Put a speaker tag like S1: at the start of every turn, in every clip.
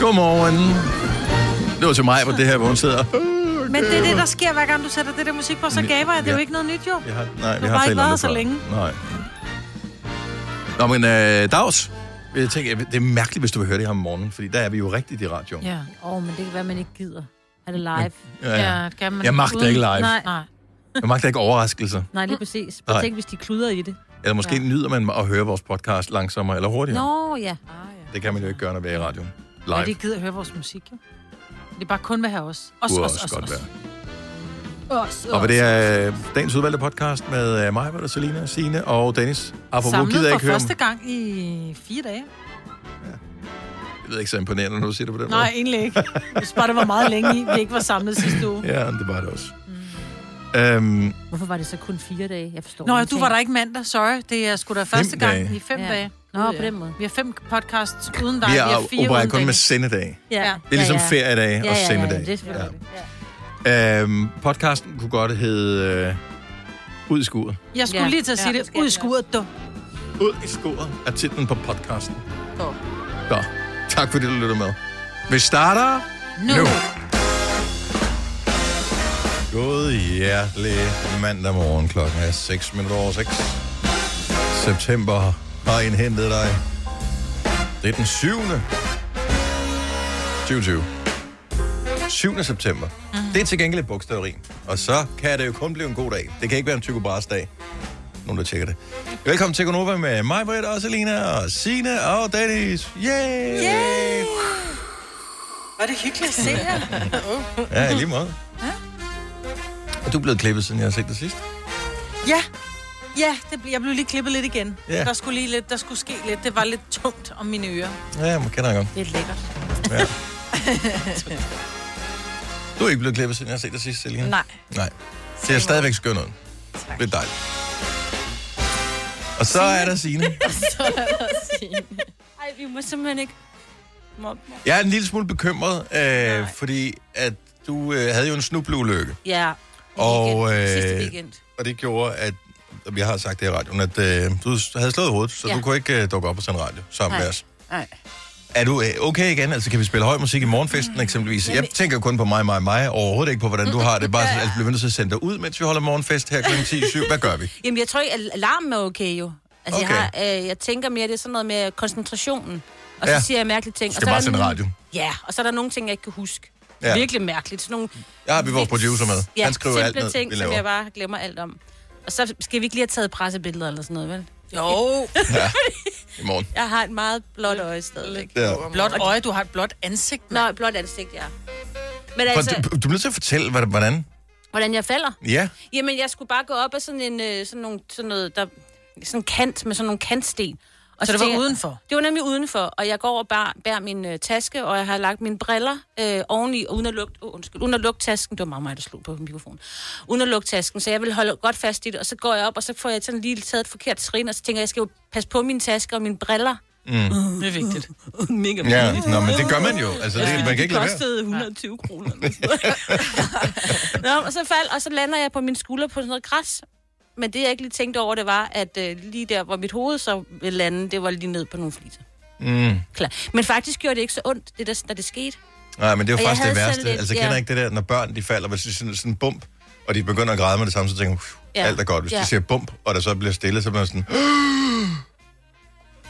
S1: Godmorgen. Det var til mig på det her, hvor hun sidder.
S2: Men det er det, der sker, hver gang du sætter det der musik på, så
S1: Men-
S2: gaber jeg. Det er jo
S1: ja.
S2: ikke noget nyt, jo.
S1: Jeg har, nej,
S2: Du
S1: vi
S2: har
S1: har
S2: ikke
S1: talt om
S2: været her
S1: det
S2: så
S1: før.
S2: længe.
S1: Nej. Nå, men øh, dags. Jeg tænker, det er mærkeligt, hvis du vil høre det her om morgenen, fordi der er vi jo rigtigt i radioen.
S3: Ja. Åh, oh, men det kan være, man ikke gider. Er det live?
S1: Ja, ja.
S3: det kan man
S1: Jeg magter
S3: uden-
S1: ikke live.
S3: Nej, nej,
S1: Jeg magter ikke overraskelser.
S3: nej lige præcis.
S1: Nej.
S3: Bare tænk, hvis de kluder i det.
S1: Eller måske ja. nyder man at høre vores podcast langsommere eller hurtigere. No.
S3: Nå, ja.
S1: Det kan man jo ikke gøre, når vi er i radioen. Live
S2: Men
S1: ja,
S2: de gider at høre vores musik, jo. Det er bare kun med her også. Os,
S1: kunne
S2: os,
S1: også
S2: os,
S1: godt
S2: os.
S1: være.
S3: Os,
S1: Og det er øh, dagens udvalgte podcast med øh, mig, Peter, Selina, Signe og Dennis. Apropos gider
S2: Samlet
S1: jeg
S2: for
S1: ikke høre om.
S2: første gang i fire dage.
S1: Jeg ved ikke så imponerende, når du siger det på den
S2: Nej, egentlig ikke. Jeg synes bare, det var meget længe i, vi ikke var samlet sidste uge.
S1: måde. Ja, men det var det også. Mm. Øhm,
S3: Hvorfor var det så kun fire dage? Jeg forstår
S2: Nå, ja,
S3: ingenting.
S2: du var der ikke mandag, sorry. Det er sgu da første gang
S1: dage.
S2: i fem
S3: Ja.
S2: dage.
S3: Nå,
S2: Gud,
S3: på
S2: ja.
S3: den måde.
S2: Vi har fem podcasts uden dig.
S1: vi
S2: Vi
S1: er
S2: har fire
S1: opererer
S2: uden
S1: kun
S2: dig.
S1: med sendedag.
S3: Ja.
S2: Ja.
S1: Det er ligesom ja, ja. feriedage
S3: Ja,
S1: og
S3: ja, ja,
S1: sendedage.
S3: det er selvfølgelig
S1: ja. Ja. Øhm, podcasten kunne godt hedde øh, Ud i skuret.
S2: Jeg skulle
S3: Ja.
S2: lige til at sige
S3: Ja,
S2: ja,
S3: det
S2: det.
S3: skal
S2: Ud i
S3: den
S2: skuret, du.
S1: Ud i skuret er titlen på podcasten. Så, tak fordi du lytter med. Vi starter
S2: Nu.
S1: nu. God hjertelig mandag morgen. Klokken er 6 minutter over 6. September har indhentet dig. Det er den 7. 2020. 7. september. Mm. Det er til gengæld et bogstaveri. Og så kan det jo kun blive en god dag. Det kan ikke være en Tycho Brahes dag. Nogen, der tjekker det. Velkommen til Gonova med mig, Britt, og Selina, og Signe og Dennis. Yay! Yay!
S2: Var det hyggeligt at se jer?
S1: Ja, i lige måde. Ja. Er du blevet klippet, siden jeg har set det sidst?
S2: Ja. Ja, det, ble- jeg blev lige klippet lidt igen.
S1: Ja.
S2: Ja. Der skulle lige lidt, der skulle ske lidt. Det var lidt tungt om mine ører.
S1: Ja, man kender jeg godt.
S3: Det er lækkert.
S1: Du er ikke blevet klippet, siden jeg har set det sidst, Selina?
S4: Nej.
S1: Nej. Det er stadigvæk skønt ud.
S4: Tak.
S1: Det er dejligt. Og så er der Signe.
S4: Ej, vi må simpelthen ikke... Mormor.
S1: Jeg er en lille smule bekymret, øh, fordi at du øh, havde jo en snubleulykke.
S3: Ja.
S1: Og, øh,
S3: Sidste weekend.
S1: Og det gjorde, at og vi har sagt det i radioen, at øh, du havde slået hovedet, så ja.
S3: Ja.
S1: du kunne ikke øh, dukke op og sende radio sammen
S3: Nej.
S1: med os.
S3: Nej.
S1: Er du øh, okay igen? Altså, kan vi spille høj musik i morgenfesten eksempelvis? Jeg tænker kun på mig, mig, mig. Overhovedet ikke på, hvordan du har det. Bare altså, bliver vi nødt til at sende dig ud, mens vi holder morgenfest her kl. 10-7. Hvad gør vi?
S4: Jamen, jeg tror ikke, al- alarmen er okay jo. Altså, okay.
S1: Okay.
S4: jeg, har, øh, jeg tænker mere, det er sådan noget med koncentrationen. Og så
S1: Ja.
S4: ja. siger jeg mærkelige ting.
S1: Skal
S4: og så er
S1: bare
S4: der
S1: sende
S4: nogle-
S1: radio.
S4: Ja, og så er der nogle ting, jeg ikke kan huske.
S1: Ja.
S4: Ja. Virkelig mærkeligt. Sådan nogle
S1: Jeg har vi vores
S4: lidt-
S1: producer med.
S4: Ja,
S1: Han skriver
S4: simple
S1: alt ned,
S4: ting,
S1: vi
S4: som
S1: laver.
S4: jeg bare glemmer alt om. Og så skal vi ikke lige have taget pressebilleder eller sådan noget, vel?
S2: Jo.
S1: I morgen.
S4: Jeg har et meget blåt øje stadigvæk.
S1: Ja.
S2: Blåt øje, du har et blåt ansigt. mand.
S4: Nå, et blåt ansigt, ja. Men
S1: For,
S4: altså,
S1: du, du bliver nødt til at fortælle, hvad- hvordan.
S4: hvordan jeg falder?
S1: Ja,
S4: Jamen, jeg skulle bare gå op af sådan en øh, sådan nogle, sådan noget, der, sådan en kant med sådan nogle kantsten. Og
S2: Så det var
S4: tænker jeg-
S2: udenfor?
S4: Det var nemlig udenfor, og jeg går og bær, bærer min øh, taske, og jeg har lagt mine briller øh, oveni, og uden at lugte, oh, undskyld, uden at lugte tasken, det var meget mig, der slog på mikrofonen, uden at lugte tasken, så jeg vil holde godt fast i det, og så går jeg op, og så får jeg sådan lige taget et forkert trin, og så tænker jeg, jeg skal jo passe på mine tasker og mine briller.
S1: Mm.
S2: Det er vigtigt.
S4: Mega
S1: ja. Nå, men det gør man jo. Altså, det, man kan ikke lade være.
S4: 120 kroner. eller sådan noget. Nå, og så fald, og så lander jeg på min skulder på sådan noget græs. Men det, jeg ikke lige tænkte over, det var, at øh, lige der, hvor mit hoved så ville lande, det var lige ned på nogle fliser.
S1: Mm.
S4: Klar. Men faktisk gjorde det ikke så ondt, det der, da det skete.
S1: Nej, men det er
S4: Og
S1: jo
S4: jeg
S1: faktisk det
S4: havde selv
S1: værste.
S4: lidt-
S1: Altså, jeg kender
S4: ja.
S1: ikke det der, når børn de falder, hvis det er sådan sådan en bump, og de begynder at græde med det samme, så tænker man,
S4: Ja.
S1: alt er godt. Hvis de
S4: Ja.
S1: siger bump, og der så bliver stille, så bliver man sådan,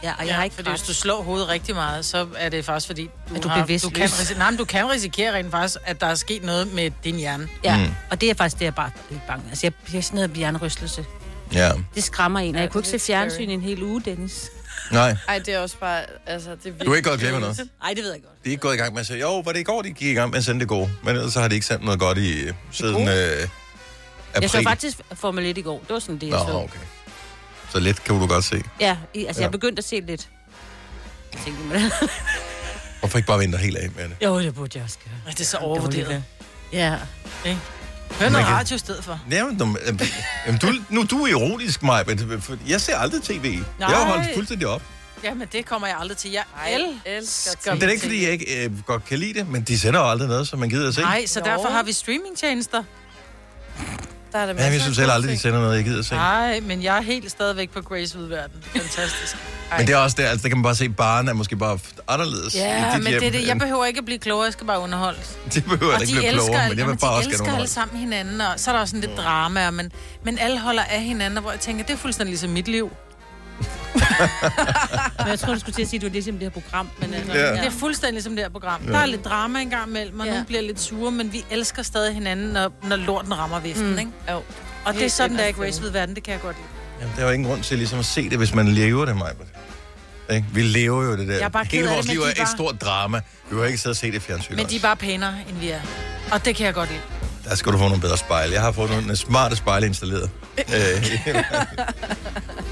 S4: Ja, og jeg har
S2: Ja,
S4: ikke
S2: fordi hvis du slår hovedet rigtig meget, så er det faktisk fordi, du,
S4: Er du
S2: har, du,
S4: bevidstløs?
S2: kan, risi- nej, men du kan risikere rent faktisk, at der er sket noget med din hjerne.
S4: Ja, mm. og det er faktisk det, jeg bare er lidt bange. Altså, jeg bliver sådan noget hjernerystelse.
S1: ja,
S4: Det skræmmer en, og jeg
S5: Ja,
S4: kunne
S5: det
S4: ikke
S5: er
S4: se
S5: lidt scary.
S4: fjernsyn i en hel uge, Dennis.
S1: nej,
S5: Ej, det er også bare, altså, det er
S1: du er ikke gået glip af noget.
S4: Nej, det ved jeg godt.
S1: De er ikke gået i gang med at sige, jo, var det i går, de gik i gang med at sende det gode. Men ellers så har de ikke sendt noget godt i øh, siden øh, april.
S4: Jeg så faktisk Formel 1 i går. Det var sådan det, jeg
S1: Nå,
S4: så.
S1: okay. Så let kan du godt se.
S4: Ja, i, altså,
S1: Ja.
S4: jeg begyndte at se lidt. Jeg tænkte, men...
S1: Hvorfor ikke bare vente helt af med det?
S4: Jo, det burde jeg også gøre.
S2: Ej, Det er så overvurderet.
S4: Ja.
S2: Hør noget
S1: kan-
S2: radio i stedet for.
S1: Jamen, du, øh, jamen, du, nu du er ironisk, Maja, men øh, for jeg ser aldrig tv. Nej. Jeg har holdt fuldstændig op.
S2: Jamen, det kommer jeg aldrig til. Jeg
S5: El,
S2: elsker
S5: elsker
S2: TV.
S1: Det er da ikke, fordi jeg ikke øh, godt kan lide det, men de sender jo aldrig noget, som man gider at se.
S2: Nej, så
S5: Jo.
S2: derfor har vi streamingtjenester.
S5: Der er der
S1: Ja, jeg synes heller aldrig, de sender noget, jeg gider se.
S2: Nej, men jeg er helt stadigvæk på Grace Udverden. Fantastisk.
S1: Men det er også der, altså, der kan man bare se, at baren er måske bare f- anderledes. i
S2: Ja,
S1: dit
S2: men
S1: hjem,
S2: det, er det, jeg
S1: end-
S2: behøver ikke at blive klogere, jeg skal bare underholdes.
S1: det behøver jeg
S2: Og
S1: ikke
S2: de
S1: blive
S2: elsker,
S1: klogere, men jeg
S2: jamen,
S1: vil bare
S2: de
S1: også
S2: elsker
S1: gerne
S2: alle
S1: underholde.
S2: sammen hinanden, og så er der også sådan lidt drama, men, men alle holder af hinanden, og hvor jeg tænker, det er fuldstændig ligesom mit liv.
S3: Men jeg tror, du skulle til at sige, at det var ligesom det her program. Men altså,
S1: Ja.
S3: ja.
S2: Det
S3: Ja.
S2: er fuldstændig ligesom det her program. Der er lidt drama engang imellem, og
S4: Ja.
S2: nogen bliver lidt sure, men vi elsker stadig hinanden, når, når lorten rammer viften, mm. ikke?
S5: Jo.
S2: Og det er
S5: Helt
S2: sådan,
S5: ind
S2: der er
S5: og
S2: i Grace ved verden, det kan jeg godt lide.
S1: Jamen, der er jo ingen grund til ligesom at se det, hvis man lever det, mig. Vi lever jo det der.
S2: Jeg er bare ked
S1: Hele
S2: af det,
S1: vores
S2: men
S1: liv
S2: de
S1: er
S2: er
S1: et
S2: bare-
S1: stort drama. Vi har ikke siddet og set det fjernsyn
S2: Men de er
S1: også.
S2: bare pænere, end vi er. Og det kan jeg godt lide.
S1: Der skal du få nogle bedre spejle. Jeg har fået nogle smarte spejle installeret. Øh,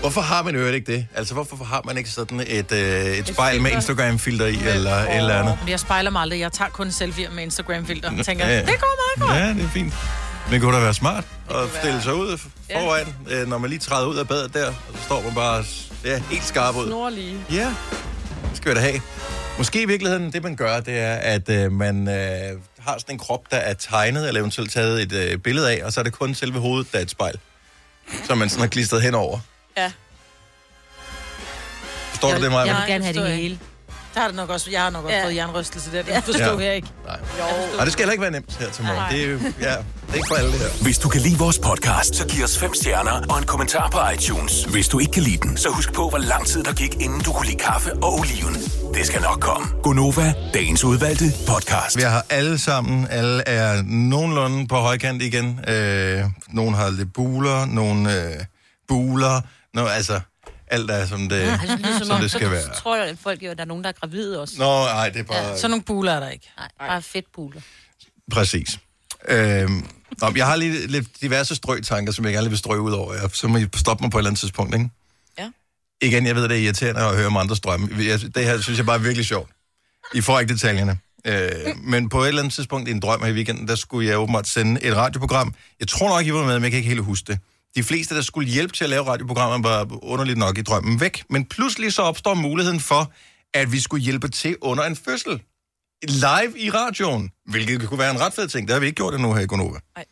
S1: hvorfor har man i øvrigt ikke det? Altså, hvorfor har man ikke sådan et, øh, et, et spejl med Instagram-filter i, eller et eller andet?
S2: Men jeg spejler mig aldrig. Jeg tager kun selfie'er med Instagram-filter. Jeg tænker,
S1: Ja, ja.
S2: det går meget godt.
S1: Ja, det er fint. Men kunne da være smart at stille sig ud foran, øh, når man lige træder ud af badet der, og så står man bare ja, helt skarp ud.
S5: Snorlige.
S1: Ja, det skal vi da have. Måske i virkeligheden, det man gør, det er, at øh, man øh, har sådan en krop, der er tegnet, eller eventuelt taget et øh, billede af, og så er det kun selve hovedet, der er et spejl, som man sådan har klistret henover.
S5: Ja.
S1: Forstår du det, Maja?
S3: Jeg
S2: Nej,
S3: vil gerne have
S2: forstår
S3: det
S2: jeg
S3: hele.
S2: Der har det nok også, jeg har nok også
S4: Ja.
S2: fået jernrystelse der. Det ja. forstår
S1: Ja.
S2: jeg ikke.
S1: Nej. Nej, det skal heller ikke være nemt her til morgen. Det er, jo- ja, det er ikke for alle det her.
S6: Hvis du kan lide vores podcast, så giv os fem stjerner og en kommentar på iTunes. Hvis du ikke kan lide den, så husk på, hvor lang tid der gik, inden du kunne lide kaffe og oliven. Det skal nok komme. Gonova, dagens udvalgte podcast.
S1: Vi har alle sammen, alle er nogenlunde på højkant igen. Øh, nogen har lidt buler, nogen øh, buler. Nå, altså, alt er som det,
S4: Ligesom
S1: som
S4: om,
S1: det skal
S4: så
S1: være.
S4: tror jeg, at folk jo, at der er nogen, der er gravide også.
S1: Nå, nej, det er bare...
S2: Så nogle buler er der ikke.
S4: Nej, bare fedtbuler.
S1: Præcis. Øhm, nå, men jeg har lige lidt diverse strø-tanker, som jeg gerne lige vil strø ud over. jer. Så må I stoppe mig på et eller andet tidspunkt, ikke?
S5: Ja.
S1: Igen, jeg ved, det er irriterende at høre om andre strømme. Jeg- Det her synes jeg bare er virkelig sjovt. I får ikke detaljerne. Øh, men på et eller andet tidspunkt i en drøm her i weekenden, der skulle jeg åbenbart sende et radioprogram. Jeg tror nok, I var med, men jeg kan ikke helt huske det. De fleste, der skulle hjælpe til at lave radioprogrammer, var underligt nok i drømmen væk. Men pludselig så opstår muligheden for, at vi skulle hjælpe til under en fødsel live i radioen, hvilket kunne være en ret fed ting. Det har vi ikke gjort endnu her i Gonova.
S5: Ej.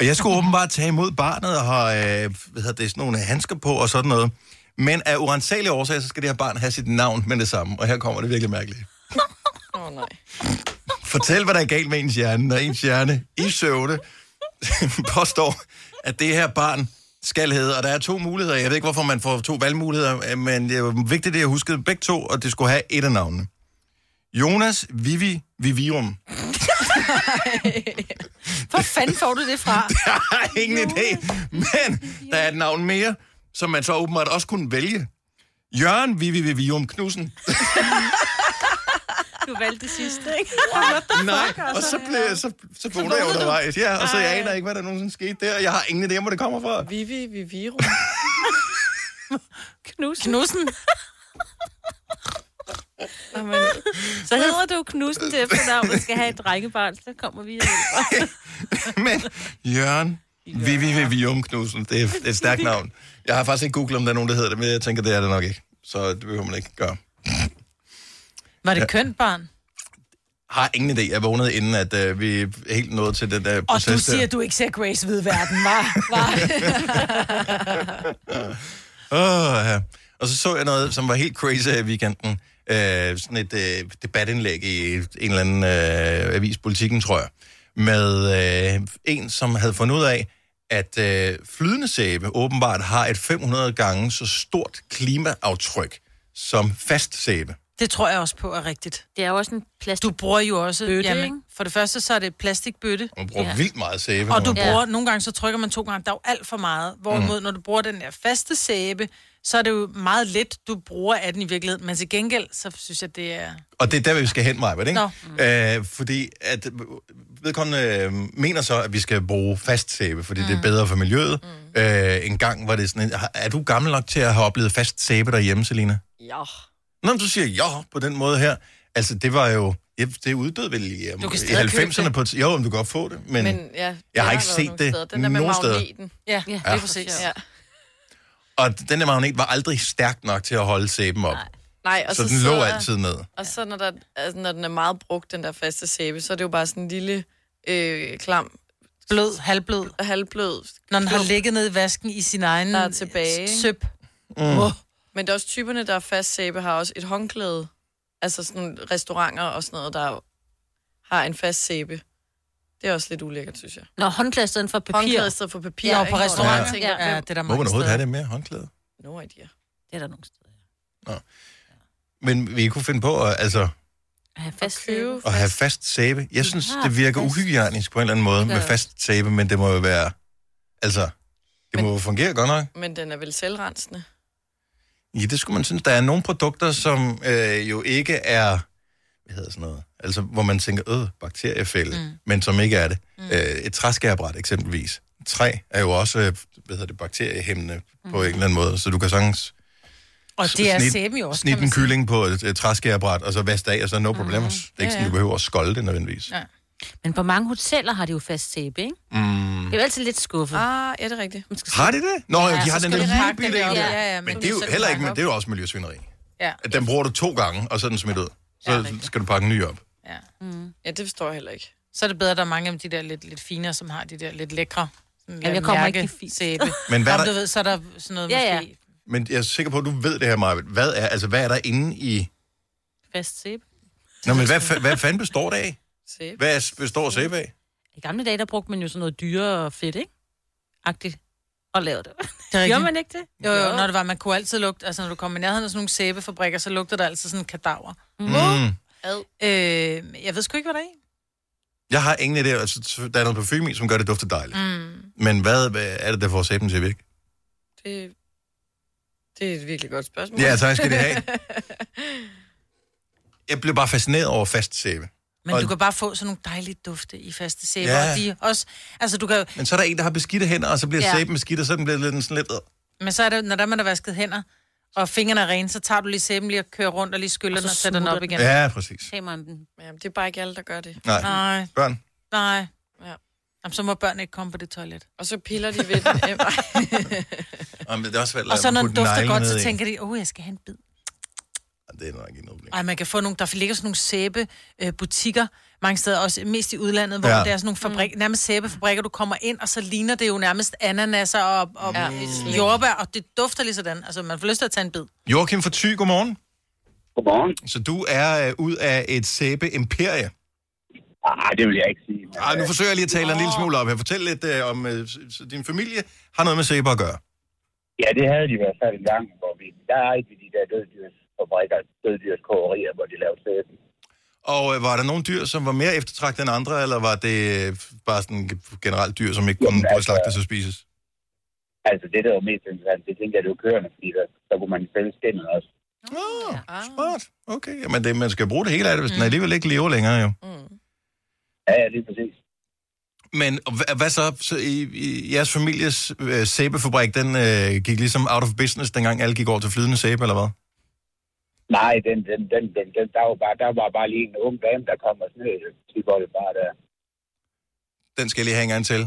S1: Og jeg skulle åbenbart tage imod barnet og have øh, hvad hedder det, sådan nogle handsker på og sådan noget. Men af urensagelige årsager, så skal det her barn have sit navn med det samme. Og her kommer det virkelig mærkeligt.
S5: Åh, oh, nej.
S1: Fortæl, hvad der er galt med ens hjerne, når ens hjerne i søvne påstår, at det her barn skal hedde. Og der er to muligheder. Jeg ved ikke, hvorfor man får to valgmuligheder, øh, men det er jo vigtigt, at jeg huskede begge to, og det skulle have et af navnene. Jonas Vivi Vivium.
S2: Hvor fanden får du det fra?
S1: Jeg har ingen idé. Men der er et navn mere, som man så åbenbart også kunne vælge. Jørgen Vivi Vivium Knudsen.
S4: Du valgte det sidste, ikke?
S1: Nej, og så, blev, så, så vågner jeg undervejs. Ja, og så jeg aner ikke, hvad der nogensinde skete der. Jeg har ingen idé om, hvor det kommer fra.
S5: Vivi, Viviro.
S4: Knudsen.
S2: Knudsen.
S4: Jamen, så hedder du Knudsen til efternavn, og skal have et drengebarn, så kommer vi og hjælper.
S1: Men Jørgen Vivi Vivium Knudsen, det er et stærkt navn. Jeg har faktisk ikke googlet, om der er nogen, der hedder det, men jeg tænker, det er det nok ikke. Så det behøver man ikke gøre.
S2: Var det kønt barn?
S1: Har ingen idé. Jeg vågnede inden, at øh, vi helt nåede til den der
S2: Og
S1: proces
S2: du
S1: der.
S2: siger, at du ikke ser Grace ved verden, var, var.
S1: Åh, ja. Og så så jeg noget, som var helt crazy her i weekenden. Øh, sådan et øh, debatindlæg i en eller anden øh, avis, Politiken, tror jeg. Med øh, en, som havde fundet ud af, at øh, flydende sæbe åbenbart har et 500 gange så stort klimaaftryk som fast sæbe.
S2: Det tror jeg også på er rigtigt.
S4: Det er jo også en plastik...
S2: Du bruger jo også...
S4: Bøtte, ikke?
S2: For det første, så er det plastikbøtte.
S1: Man bruger ja.
S4: Ja.
S1: vildt meget sæbe.
S2: Og du
S1: når man- Mm.
S2: bruger, nogle gange så trykker man to gange, der er jo alt for meget. Hvorimod, når du bruger den der faste sæbe, så er det jo meget lidt, du bruger af den i virkeligheden. Men til gengæld, så synes jeg, det er...
S1: Og det er der, vi skal hen, Maja, ikke?
S2: Nå.
S1: Øh, fordi at vedkommende øh, mener så, at vi skal bruge fast sæbe, fordi mm. det er bedre for miljøet. Mm. Øh, en gang var det sådan en, har- er du gammel nok til at have oplevet fast sæbe derhjemme, Selina?
S5: Ja.
S1: Nå, men du siger ja på den måde her. Altså, det var jo, ja, det uddøde vel i,
S2: Du kan
S1: øh, i
S2: stadig købe
S1: 90'erne. På, et t- jo, men du kan godt få det, men, men...
S5: Men ja,
S1: Jeg har
S5: der
S1: ikke
S5: været
S1: set
S5: nogle
S1: det
S5: steder. Den der med
S1: nogen steder.
S5: magneten.
S2: Ja, ja. det er præcis.
S5: Ja.
S1: Og den der magnet var aldrig stærk nok til at holde sæben op. Nej.
S5: Nej, og
S1: Så
S5: så,
S1: den lå
S5: sidder-
S1: altid ned.
S5: Og så når, der, altså, når den er meget brugt, den der faste sæbe, så er det jo bare sådan en lille øh, klam
S2: Blød, halvblød.
S5: halvblød.
S2: Når den har ligget ned i vasken i sin egen
S5: Der er tilbage, ikke?
S2: søb.
S1: Mm.
S2: Åh.
S5: Men der er også typerne, der er fast sæbe, har også et håndklæde. Altså sådan nogle restauranter og sådan noget, der har en fast sæbe. Det er også lidt ulækkert, synes jeg.
S4: Nå, håndklæde i stedet for papir.
S5: Håndklæde i stedet for papir.
S2: Ja, og
S5: ikke?
S2: på
S5: Hvor der er
S2: restauranter.
S5: ting, der-
S4: Ja.
S2: Ja, det er der
S1: Må man
S2: mange
S1: overhovedet
S2: steder.
S1: have det med håndklæde?
S5: No idea.
S4: Det er der nogle steder.
S1: Men vi kunne finde på at, altså,
S4: At have fast
S5: At købe
S4: sæbe.
S1: at have fast sæbe. Jeg synes,
S4: Ja,
S1: det virker
S4: fast.
S1: uhygiejnisk på en eller anden måde med fast sæbe, men det må jo være... Altså, det må jo fungere godt nok.
S5: Men den er vel selvrensende.
S1: Ja, det skulle man synes. Der er nogle produkter, som øh, jo ikke er... Hvad hedder sådan noget? Altså, hvor man tænker, øh, bakteriefælde, mm. men som ikke er det. Mm. Øh, et træskærebræt eksempelvis. Træ er jo også, øh, hvad hedder det, bakteriehæmmende mm. på en eller anden måde, så du kan sagtens
S2: Og det er
S1: snit-
S2: sæben jo også,
S1: snitte
S2: kan
S1: en
S2: man sige. Mhm.
S1: kylling på et, et træskærebræt, og så vaske det af, og så no problems. Det er ikke sådan, du behøver at skolde det nødvendigvis.
S2: Ja.
S4: Men på mange hoteller har de jo fast sæbe, ikke? Mm. Det er jo altid lidt skuffet.
S5: Ah, ja, det er rigtigt.
S4: Man skal
S1: Har de det? Nå, ja, de
S2: så
S1: har den der
S2: skal de
S1: lille
S2: pakke den
S1: bitte
S2: der
S1: en
S2: op.
S1: der.
S2: Ja, ja, men
S1: men det
S2: det
S1: er
S2: er
S1: jo
S2: selv
S1: heller ikke,
S2: pakke
S1: men
S2: op.
S1: det er jo også miljøsvineri.
S2: Ja.
S1: At den bruger du to gange, og så er den smidt ud. Så
S5: Ja, rigtigt.
S1: skal du pakke en ny op.
S4: Mm.
S5: Ja, det forstår jeg heller ikke.
S2: Så er det bedre, at der er mange af de der lidt, lidt finere, som har de der lidt lækre sådan
S4: Jamen, jeg
S2: lidt
S4: kommer ikke
S2: mærke-
S4: i fint.
S2: sæbe.
S1: Men hvad er
S2: Jamen,
S1: der-
S2: du ved, så er der sådan noget
S4: Ja, ja.
S2: måske...
S1: Men jeg er sikker på, at du ved det her, Marvind. Hvad er, altså, hvad er der inde i...
S4: fast sæbe.
S1: Nå, men hvad, fa- hvad fanden består det af?
S5: Sæbe.
S1: Hvad er- består sæbe af?
S4: I gamle dage, der brugte man jo sådan noget dyre og fedt, ikke? Agtigt. Og lavede det.
S2: Det er rigtigt.
S4: Gjorde man ikke det?
S2: Jo, jo, når det var, man kunne altid lugte, altså når du kom i nærheden af sådan nogle sæbefabrikker, så lugter der altid sådan en kadaver.
S1: Mm.
S2: Øh, jeg ved sgu ikke, hvad der er i.
S1: Jeg har ingen idé. Altså, t- der er noget parfume i, som gør det dufte dejligt. Mm. Men hvad, hvad er det, der får sæben til at virke?
S5: Det, det er et virkelig godt spørgsmål.
S1: Ja, tak skal det have. Jeg blev bare fascineret over fast sæbe.
S2: Men
S1: Og-
S2: og... du kan bare få sådan nogle dejlige dufte i faste sæber.
S1: Ja.
S2: Ja. Og de er også, altså du kan, jo-
S1: Men så er der en, der har beskidte hænder, og så bliver ja.
S4: Ja.
S1: sæben beskidt, og så den bliver lidt sådan lidt...
S2: men så er det, når der man har vasket hænder, og fingrene er rene, så tager du lige sæben lige og kører rundt og lige skyller
S4: Og så
S2: den og sætter den
S4: smutter
S2: op
S4: den.
S2: igen. Ja.
S1: Ja, præcis.
S4: Tager man den.
S5: Ja, men det er bare ikke alle, der gør det.
S1: Nej.
S2: Nej,
S1: Børn.
S2: nej.
S5: Ja.
S2: Jamen, så må børnene ikke komme på det toilet.
S5: Og så piller de ved den. Øhm, ej.
S1: Jamen, det er også svært at
S2: Og
S1: lade
S2: så
S1: dem
S2: når den
S1: putte
S2: dufter
S1: negle
S2: godt,
S1: ned
S2: så
S1: i.
S2: tænker de, åh, oh, jeg skal have en bid.
S1: Det er nok ikke noget problem.
S2: Ej, man kan få nogle, der ligger sådan nogle sæbebutikker, mange steder også, mest i udlandet, hvor
S1: Ja.
S2: ja. der er sådan nogle fabrik, mm. nærmest sæbefabrikker, du kommer ind, og så ligner det jo nærmest ananaser og, og ja. jordbær, og det dufter lige sådan. Altså, man får lyst til at tage en bid.
S1: Joachim fra Thy, godmorgen.
S7: Godmorgen.
S1: Så du er øh, ud af et sæbe-imperie.
S7: Ah, det vil jeg ikke sige. Men,
S1: Ej, nu forsøger jeg lige at tale en lille smule op her. Fortæl lidt øh, om, øh, s- s- din familie har noget med sæber at gøre.
S7: Ja, det havde de i hvert fald en gang, hvor vi... Der er ikke de der døddyrsfabrikker, døddyrskogerier, hvor de laver sæben.
S1: Og øh, var der nogle dyr, som var mere eftertragtet end andre, eller var det øh, bare sådan g- generelt dyr, som ikke kunne
S7: Jamen,
S1: både
S7: altså-
S1: slagtes og spises?
S7: Altså, det, der var mest interessant, det tænker jeg, det var kørende, fordi der, så kunne man fælde skinnet også.
S1: Åh, oh, smart. Okay, jamen det, man skal bruge det hele af det, hvis
S5: Mm.
S1: den alligevel ikke lever længere jo.
S7: Ja, ja, lige præcis.
S1: Men og hva- hvad så? så i, i jeres families øh, sæbefabrik, den øh, gik ligesom out of business, dengang alle gik over til flydende sæbe, eller hvad?
S7: Nej, den, den, den, den, den der, var bare, der var bare lige en ung dame, der kom og snød. De var det bare der.
S1: Den skal jeg lige have en gang til.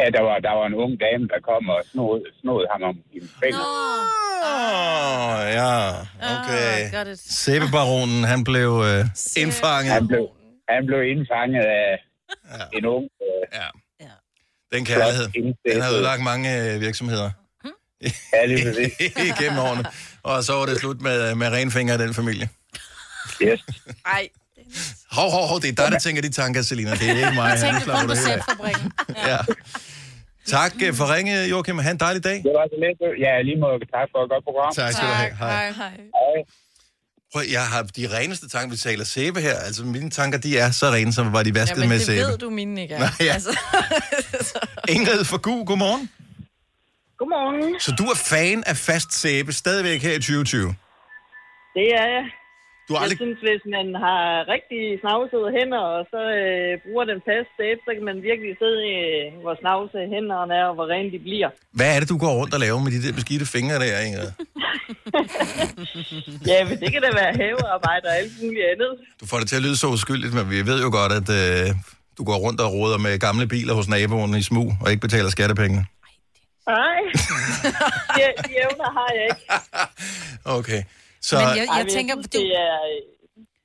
S7: Ja, der var, der var en ung dame, der kom og snod, snod ham om i fingeren.
S5: Ah.
S1: Åh, oh, ja, okay.
S5: Ah, got it.
S1: Sæbebaronen, han blev øh, indfanget.
S7: Han blev, han blev indfanget af
S1: Ja.
S7: en ung... Øh,
S1: Ja.
S4: Ja.
S1: Den kærlighed.
S7: indstillede-
S1: Den har ødelagt mange øh, virksomheder
S5: Hm?
S7: Ja, lige præcis.
S1: gennem årene. Og så var det slut med, med renfinger af den familie.
S7: Yes.
S5: Ej,
S1: Hov, hov, hov, det er dig, der tænker de tanker, Selina. Det er ikke mig. Jeg tænker kun på sæbefabrikken. Ja. Tak øh, for ringet, Joachim. Ha' en dejlig dag.
S7: Det var så lidt. Ja, lige må tak for et godt program.
S1: Tak skal du have. Hej.
S5: hej.
S7: Hej.
S1: Prøv, jeg har de reneste tanker, vi taler sæbe her. Altså, mine tanker, de er så rene, som var de vasket
S5: Jamen,
S1: med
S5: det
S1: sæbe.
S5: ved du Altså. mine ikke er.
S1: Nå, ja. Ingrid fra Gu, godmorgen.
S8: Godmorgen.
S1: Så du er fan af fast sæbe stadigvæk her i 2020.
S8: Det er jeg.
S1: Du har
S8: Jeg
S1: aldrig...
S8: synes, hvis man har rigtig snavsede hænder, og så øh, bruger den fast sæbe, så kan man virkelig se, øh, hvor snavsede hænderne er, og hvor rene de bliver.
S1: Hvad er det, du går rundt og laver med de der beskidte fingre der, Ingrid?
S8: Ja, men det kan da være havearbejde og alt muligt andet.
S1: Du får det til at lyde så uskyldigt, men vi ved jo godt, at øh, du går rundt og roder med gamle biler hos naboen i smug, og ikke betaler skattepengene.
S8: Nej, de, de evner har jeg ikke.
S1: Okay. Så,
S2: Men jeg,
S8: Ej,
S2: jeg
S8: men
S2: tænker,
S8: synes,
S2: du,
S8: det er...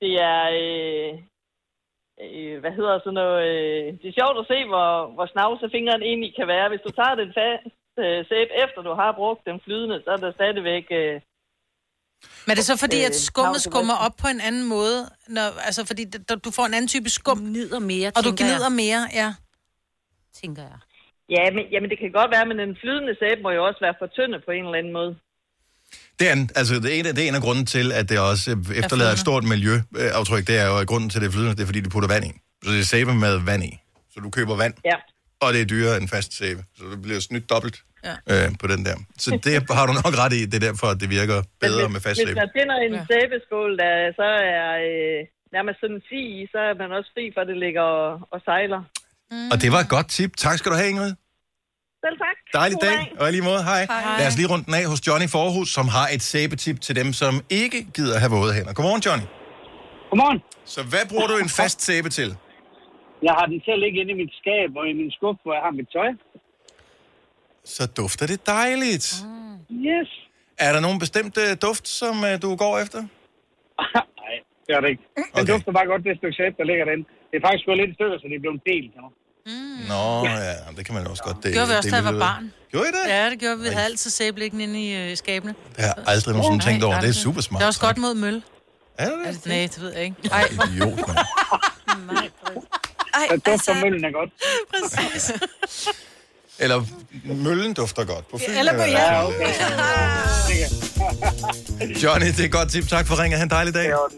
S8: Det er øh, øh, hvad hedder sådan noget, øh, det er sjovt at se, hvor, hvor snavset fingeren egentlig kan være. Hvis du tager den fast øh, sæbe, efter du har brugt den flydende, så er der stadigvæk... Øh,
S2: Men er det så fordi, at
S8: Øh,
S2: skummet
S8: Claus, du
S2: skummer
S8: ved-
S2: op på en anden måde? Når, altså, fordi d- d- du får en anden type skum,
S4: Gnider mere,
S2: og du
S4: tænker
S2: gnider
S4: jeg,
S2: mere, ja.
S4: tænker jeg.
S8: ja, men, jamen det kan godt være, men den flydende sæbe må jo også være for tynde på en eller anden måde.
S1: Det er, en, altså, det, er en, af- det er en af grunden til, at det også øh, efterlader et stort miljøaftryk. Det er jo at grunden til, at det er flydende, det er, fordi du putter vand i. Så det er sæbe med vand i. Så du køber vand,
S8: Ja.
S1: og det er dyrere end fast sæbe. Så det bliver snydt dobbelt
S5: Ja.
S1: øh, på den der. Så det har du nok ret i, det er derfor, at det virker
S8: Men
S1: bedre
S8: hvis,
S1: med fast
S8: Hvis
S1: sæbe.
S8: man finder en
S5: Ja.
S8: ja. sæbeskål, der så er øh, nærmest sådan en si i, så er man også fri for, at det ligger og, og sejler.
S2: Mm.
S1: Og det var et godt tip. Tak skal du have, Ingrid.
S8: Selv tak.
S1: Dejlig
S8: God
S1: dag, og i lige måde, hej. hej. Lad os lige runde den af hos Johnny Forhus, som har et sæbetip til dem, som ikke gider have våde hænder. Godmorgen, Johnny.
S9: Godmorgen.
S1: Så hvad bruger du en fast sæbe til?
S9: Jeg har den til at ligge inde i mit skab og i min skuffe, hvor jeg har mit tøj.
S1: Så dufter det dejligt.
S9: Yes.
S1: Er der nogen bestemt øh, duft, som øh, du går efter?
S9: Nej, det er det ikke. Den
S1: Okay.
S9: okay. dufter bare godt, det stykke sæbe, der ligger derinde. Det er faktisk gået lidt i stykker, så det er blevet delt nu.
S1: Nå, ja, det kan man også godt. Det
S2: Gjorde vi også, da jeg var
S1: lidt ud.
S2: barn.
S1: Gjorde I det?
S2: Ja, det gjorde vi. Vi havde altid sæbe liggende inde i øh, skabene.
S1: Det har jeg aldrig nogensinde
S2: Nej,
S1: tænkt over. Det er
S2: aldrig.
S1: super smart.
S2: Det er også godt mod møl. Altså,
S1: Er det det?
S2: Nej, det ved jeg ikke.
S1: Ej. Idiot, man.
S5: Ej,
S9: Den dufter altså... møllen er godt.
S1: Eller møllen dufter godt. På Fyn,
S2: eller på
S1: er der
S2: jer.
S1: sådan, øh,
S9: Okay.
S1: Johnny, det er et godt tip. Tak for ringen. Ha' en dejlig dag.
S9: Det er orden.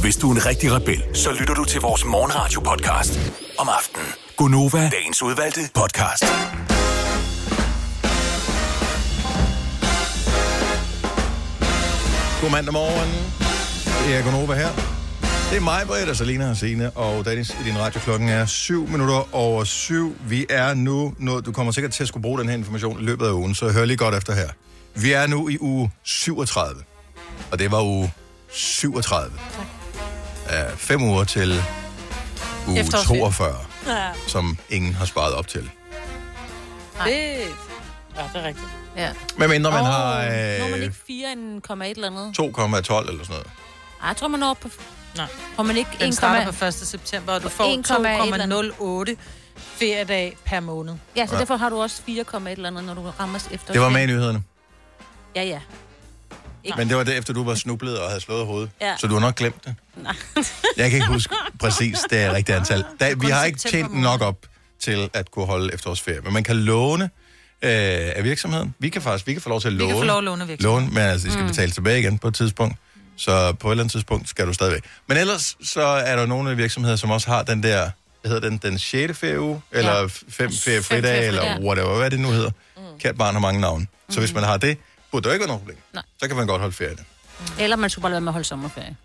S6: Hvis du er en rigtig rebel, så lytter du til vores morgenradio-podcast om aftenen. Gunova, dagens udvalgte podcast.
S1: God mandag morgen. Det er Gunova her. Det er mig, Britt, og Salina og Signe, og Dennis i din radio. Klokken er 7 minutter over 7. Vi er nu nået, du kommer sikkert til at skulle bruge den her information i løbet af ugen, så hør lige godt efter her. Vi er nu i uge 37, og det var uge 37. Tak. Uh, fem uger til uge
S2: Efterårsferie.
S1: 42, som ingen har sparet op til.
S5: fedt.
S3: Ja, det er rigtigt.
S1: Men mindre man
S4: Åh,
S1: har
S4: Når man
S1: øh,
S4: ikke 4, en komma et eller andet.
S1: 2,12 eller sådan noget.
S4: Ej, jeg tror, man når op på...
S2: Nej.
S4: Får man ikke
S2: Den
S4: 1,
S2: starter på 1. september, og du får 2,08 feriedag per måned.
S4: Ja, så
S1: Ja.
S4: derfor har du også 4, et eller andet, når du rammer efter.
S1: Det var med i nyhederne.
S4: Ja, ja.
S1: Men det var det, efter du var snublet og havde slået hovedet. Ja.
S4: Ja.
S1: Så du har nok glemt det. Jeg kan ikke huske præcis det rigtige antal. Da, vi
S2: kun
S1: har ikke
S2: september
S1: tjent nok op til at kunne holde efterårsferie. Men man kan låne øh, af virksomheden. Vi kan faktisk vi kan få lov til at
S2: Vi
S1: låne.
S2: kan få lov at låne virksomheden.
S1: låne, men altså, de skal mm. betale tilbage igen på et tidspunkt. Så på et eller andet tidspunkt skal du stadigvæk. Men ellers så er der nogle virksomheder, som også har den der, hvad hedder den, den 6. ferieuge, eller ja. fem feriefridage,
S4: feriefridage.
S1: eller whatever, hvad det nu hedder. Mm. Kært barn har mange navne. Mm. Så hvis man har det, burde der ikke være noget problem.
S4: Nej.
S1: Så kan man godt holde ferie.
S4: Eller man skulle bare lade være med at holde sommerferie.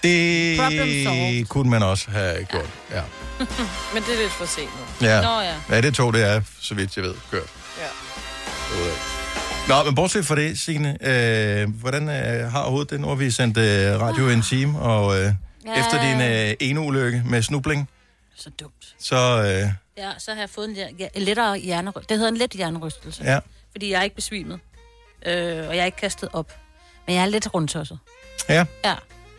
S4: Problem solved.
S1: Det kunne man også have gjort, ja.
S5: Men det er lidt for sent nu.
S1: Ja.
S4: Nå ja.
S1: ja, det tog det er, så vidt jeg ved, kørt.
S5: Ja.
S1: Øh. Nå, men bortset fra det, Signe, øh, hvordan øh, har hovedet det, nu har vi sendt øh, radio en time, og øh, ja. efter din øh, ene ulykke med snubling,
S4: Så dumt.
S1: så... Øh,
S4: Ja, så har jeg fået en hjer- ja, en lettere hjernerystelse. Det hedder en let hjernerystelse.
S1: ja.
S4: Fordi jeg er ikke besvimet. Øh, og jeg er ikke kastet op. Men jeg er lidt rundtosset.
S1: Ja.
S4: Ja.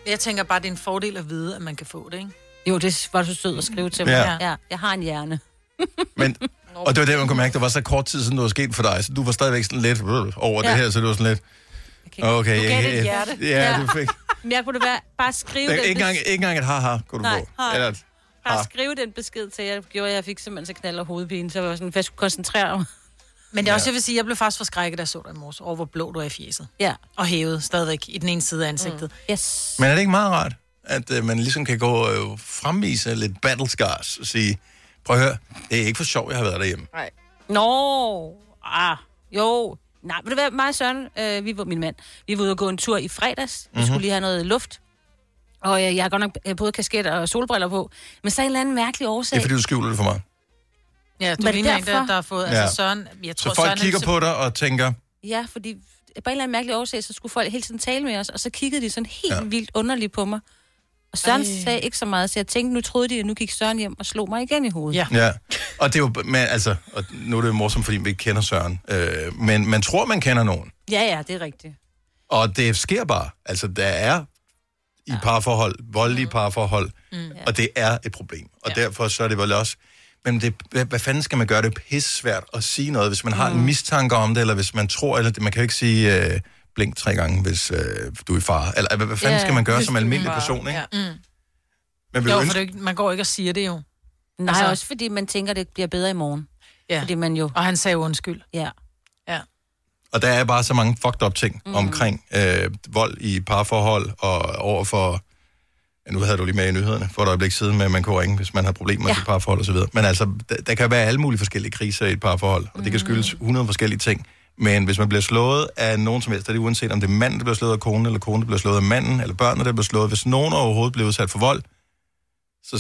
S2: Jeg tænker bare, det er en fordel at vide, at man kan få det, ikke?
S4: Jo, det var du sød at skrive til mig.
S1: Ja.
S4: Ja. ja. Jeg har en hjerne.
S1: Og det var der, man kunne mærke, der var så kort tid siden, det var sket for dig, så du var stadigvæk sådan lidt øh, over ja.
S4: Ja.
S1: det her, så det var sådan lidt... Okay,
S4: Du gav
S1: jeg-
S4: det et hjerte.
S1: Ja,
S4: Ja.
S1: du fik...
S4: Men jeg kunne da være, bare skrive den
S1: Ikke engang,
S4: bes-
S1: ikke Ah. engang et haha kunne du
S4: Nej,
S1: få.
S4: har-
S1: Eller et
S4: Bare
S1: har.
S4: skrive den besked til, jeg gjorde, at jeg fik simpelthen så knald og hovedpine, så jeg var sådan, at jeg skulle koncentrere mig.
S2: Men det er også, jeg vil sige, jeg blev faktisk forskrækket, da jeg så dig i morges, over hvor blå du er i fjeset.
S4: Ja.
S2: Og hævet stadigvæk i den ene side af ansigtet. Mm.
S4: Yes.
S1: Men er det ikke meget rart, at øh, man ligesom kan gå og øh, fremvise lidt battle scars og sige, prøv at høre, det er ikke for sjov, jeg har været derhjemme.
S4: Nej. Nå, ah, jo. Nej, vil du være mig og Søren, øh, vi var, min mand, vi var ude og gå en tur i fredags. Vi
S10: Mhm.
S4: mm-hmm. skulle lige have noget luft. Og jeg, jeg har godt nok øh, både kasket og solbriller på. Men så er en eller anden mærkelig årsag.
S1: Det er fordi, du skjuler det for mig.
S2: Ja, du
S4: Var det
S2: ligner en, der,
S4: derfor?
S2: der har fået...
S1: Ja.
S2: Altså Søren, jeg tror,
S1: Så folk
S2: Søren, ligesom-
S1: kigger på dig og tænker,
S4: Ja, fordi på en eller anden mærkelig årsag, så skulle folk hele tiden tale med os, og så kiggede de sådan helt
S1: Ja.
S4: ja. vildt underligt på mig. Og Søren
S1: Ej.
S4: Ej. sagde ikke så meget, så jeg tænkte, nu troede de, at nu gik Søren hjem og slog mig igen i hovedet.
S1: Ja, og det er jo, men altså, og nu er det jo morsomt, fordi vi ikke kender Søren, øh, men man tror, man kender nogen,
S4: ja, ja det er rigtigt.
S1: og det sker bare. Altså, der er i parforhold, voldelige parforhold,
S4: Mm.
S1: og det er et problem. Og derfor så er det vel også, men det, hvad, hvad fanden skal man gøre? Det er pisse svært at sige noget, hvis man har
S2: Mm.
S1: en mistanke om det, eller hvis man tror, eller det, man kan jo ikke sige øh, blink tre gange, hvis øh, du er i fare. Eller hvad, hvad fanden
S2: Ja,
S1: skal man gøre
S2: hvis
S1: som
S2: du
S1: almindelig
S2: var-
S1: person, ikke?
S2: Ja. Mm.
S1: Man vil
S2: Jo, for
S1: ønske-
S2: det, er ikke- man går ikke og siger det jo.
S4: Nej, altså, også fordi man tænker, det bliver bedre i morgen.
S2: Ja.
S4: Fordi man jo...
S2: Og han sagde undskyld.
S4: Ja.
S2: Ja.
S1: Og der er bare så mange fucked up ting mm. omkring øh, vold i parforhold og overfor... Ja, nu havde du lige med i nyhederne for et øjeblik siden med, at man kunne ringe, hvis man har problemer med ja. sit parforhold osv. Men altså, der, der kan være alle mulige forskellige kriser i et parforhold, og det kan skyldes 100 forskellige ting. Men hvis man bliver slået af nogen som helst, er det uanset om det er manden, der bliver slået af konen, eller konen, der bliver slået af manden, eller børnene, der bliver slået. Hvis nogen overhovedet bliver udsat for vold, så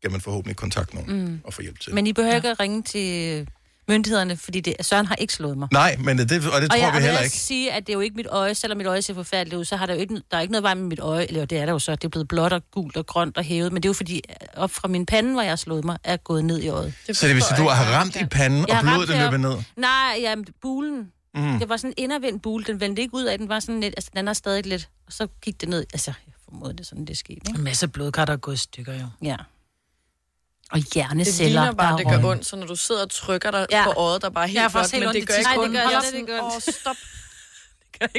S1: skal man forhåbentlig kontakte nogen mm. og få hjælp til.
S4: Men I behøver ja. ikke at ringe til myndighederne, fordi det, Søren har ikke slået mig.
S1: Nej, men det, og det
S4: og
S1: tror
S4: jeg
S1: vi
S4: vil
S1: heller
S4: også
S1: ikke.
S4: sige, at det er jo ikke mit øje, selvom mit øje ser forfærdeligt ud, så har der jo ikke, der er ikke noget vej med mit øje, eller jo, det er der jo så, det er blevet blåt og gult og grønt og hævet, men det er jo fordi, øh, op fra min pande, hvor jeg har slået mig, er gået ned i øjet.
S1: Så det vil sige, du har ramt i panden, og
S4: Jeg har
S1: blodet
S4: ramt
S1: det
S4: her.
S1: løber ned.
S4: Nej, jamen, bulen.
S1: Mm.
S4: Mm. Det var sådan en indervendt bule, den vendte ikke ud af, den var sådan lidt, altså den er stadig lidt, og så gik det ned, altså jeg formoder det er sådan, det skete, ikke?
S2: En masse blodkar, der er gået i stykker jo.
S4: Ja. Og
S5: Det
S4: hjerneceller,
S5: ligner bare,
S4: der
S5: det
S4: er
S5: gør
S4: røget.
S5: ondt, så når du sidder og trykker dig ja. på øjet, der bare er helt
S2: Jeg har
S5: blot,
S2: faktisk helt
S5: men
S2: ondt i
S5: det gør ikke
S2: tissen.
S5: ondt.
S2: Nej, det
S5: Jeg er
S2: gør slet ikke
S5: sådan,
S2: ondt.
S5: Åh, stop.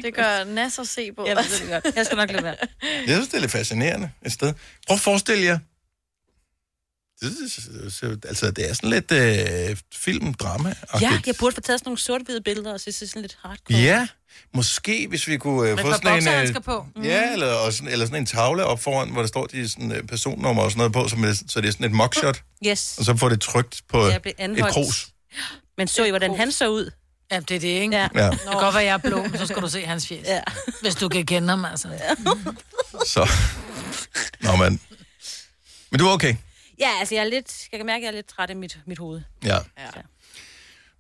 S5: Det gør Nasser se på.
S4: Jeg ved det godt. Jeg skal nok lade være.
S1: Jeg synes, det er lidt fascinerende et sted. Prøv at forestille jer. Det- det- det- det- Altså, det er sådan lidt øh, film-drama.
S4: Ja, jeg burde få taget sådan nogle sort-hvide billeder, og så se sådan lidt hardcore.
S1: Ja, måske hvis vi kunne øh,
S4: Med
S1: få
S4: et par
S1: sådan en...
S4: boksehandsker på.
S1: Mm. Ja, eller, og sådan, eller sådan en tavle op foran, hvor der står de sådan, øh, personnummer og sådan noget på, så, med, så det er sådan et mockshot,
S4: Yes.
S1: og så får det trykt på
S4: Jeg blev
S1: et
S4: anholdt.
S1: krus.
S4: Men så I, hvordan han så ud?
S2: Ja, det er det, ikke?
S4: Ja.
S1: Ja.
S2: Det kan godt være, jeg er blå, men så skal du se hans fjes. Ja. Hvis du kan kende ham, altså. Ja.
S1: Så. Nå, mand. Men du er okay.
S4: Ja, altså jeg er lidt, jeg kan mærke, at jeg er lidt træt af mit, mit hoved.
S1: Ja.
S4: Ja.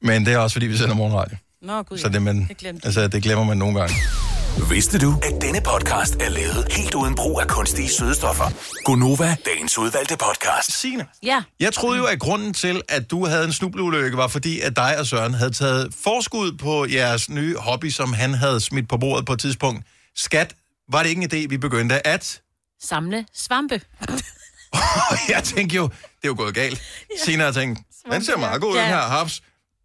S1: Men det er også, fordi vi sender morgenradio.
S4: Nå, gud,
S1: Så
S4: ja.
S1: det, man,
S4: Det glemte
S1: altså, det glemmer man nogle gange.
S6: Vidste du, at denne podcast er lavet helt uden brug af kunstige sødestoffer? Gonova, dagens udvalgte podcast.
S1: Signe.
S4: Ja.
S1: Jeg troede jo, at grunden til, at du havde en snubleulykke, var fordi, at dig og Søren havde taget forskud på jeres nye hobby, som han havde smidt på bordet på et tidspunkt. Skat, var det ikke en idé, vi begyndte at...
S4: Samle svampe.
S1: jeg tænkte jo, det er jo gået galt. Senere har jeg tænkt, den ser meget god ud,
S4: Ja.
S1: den her haps.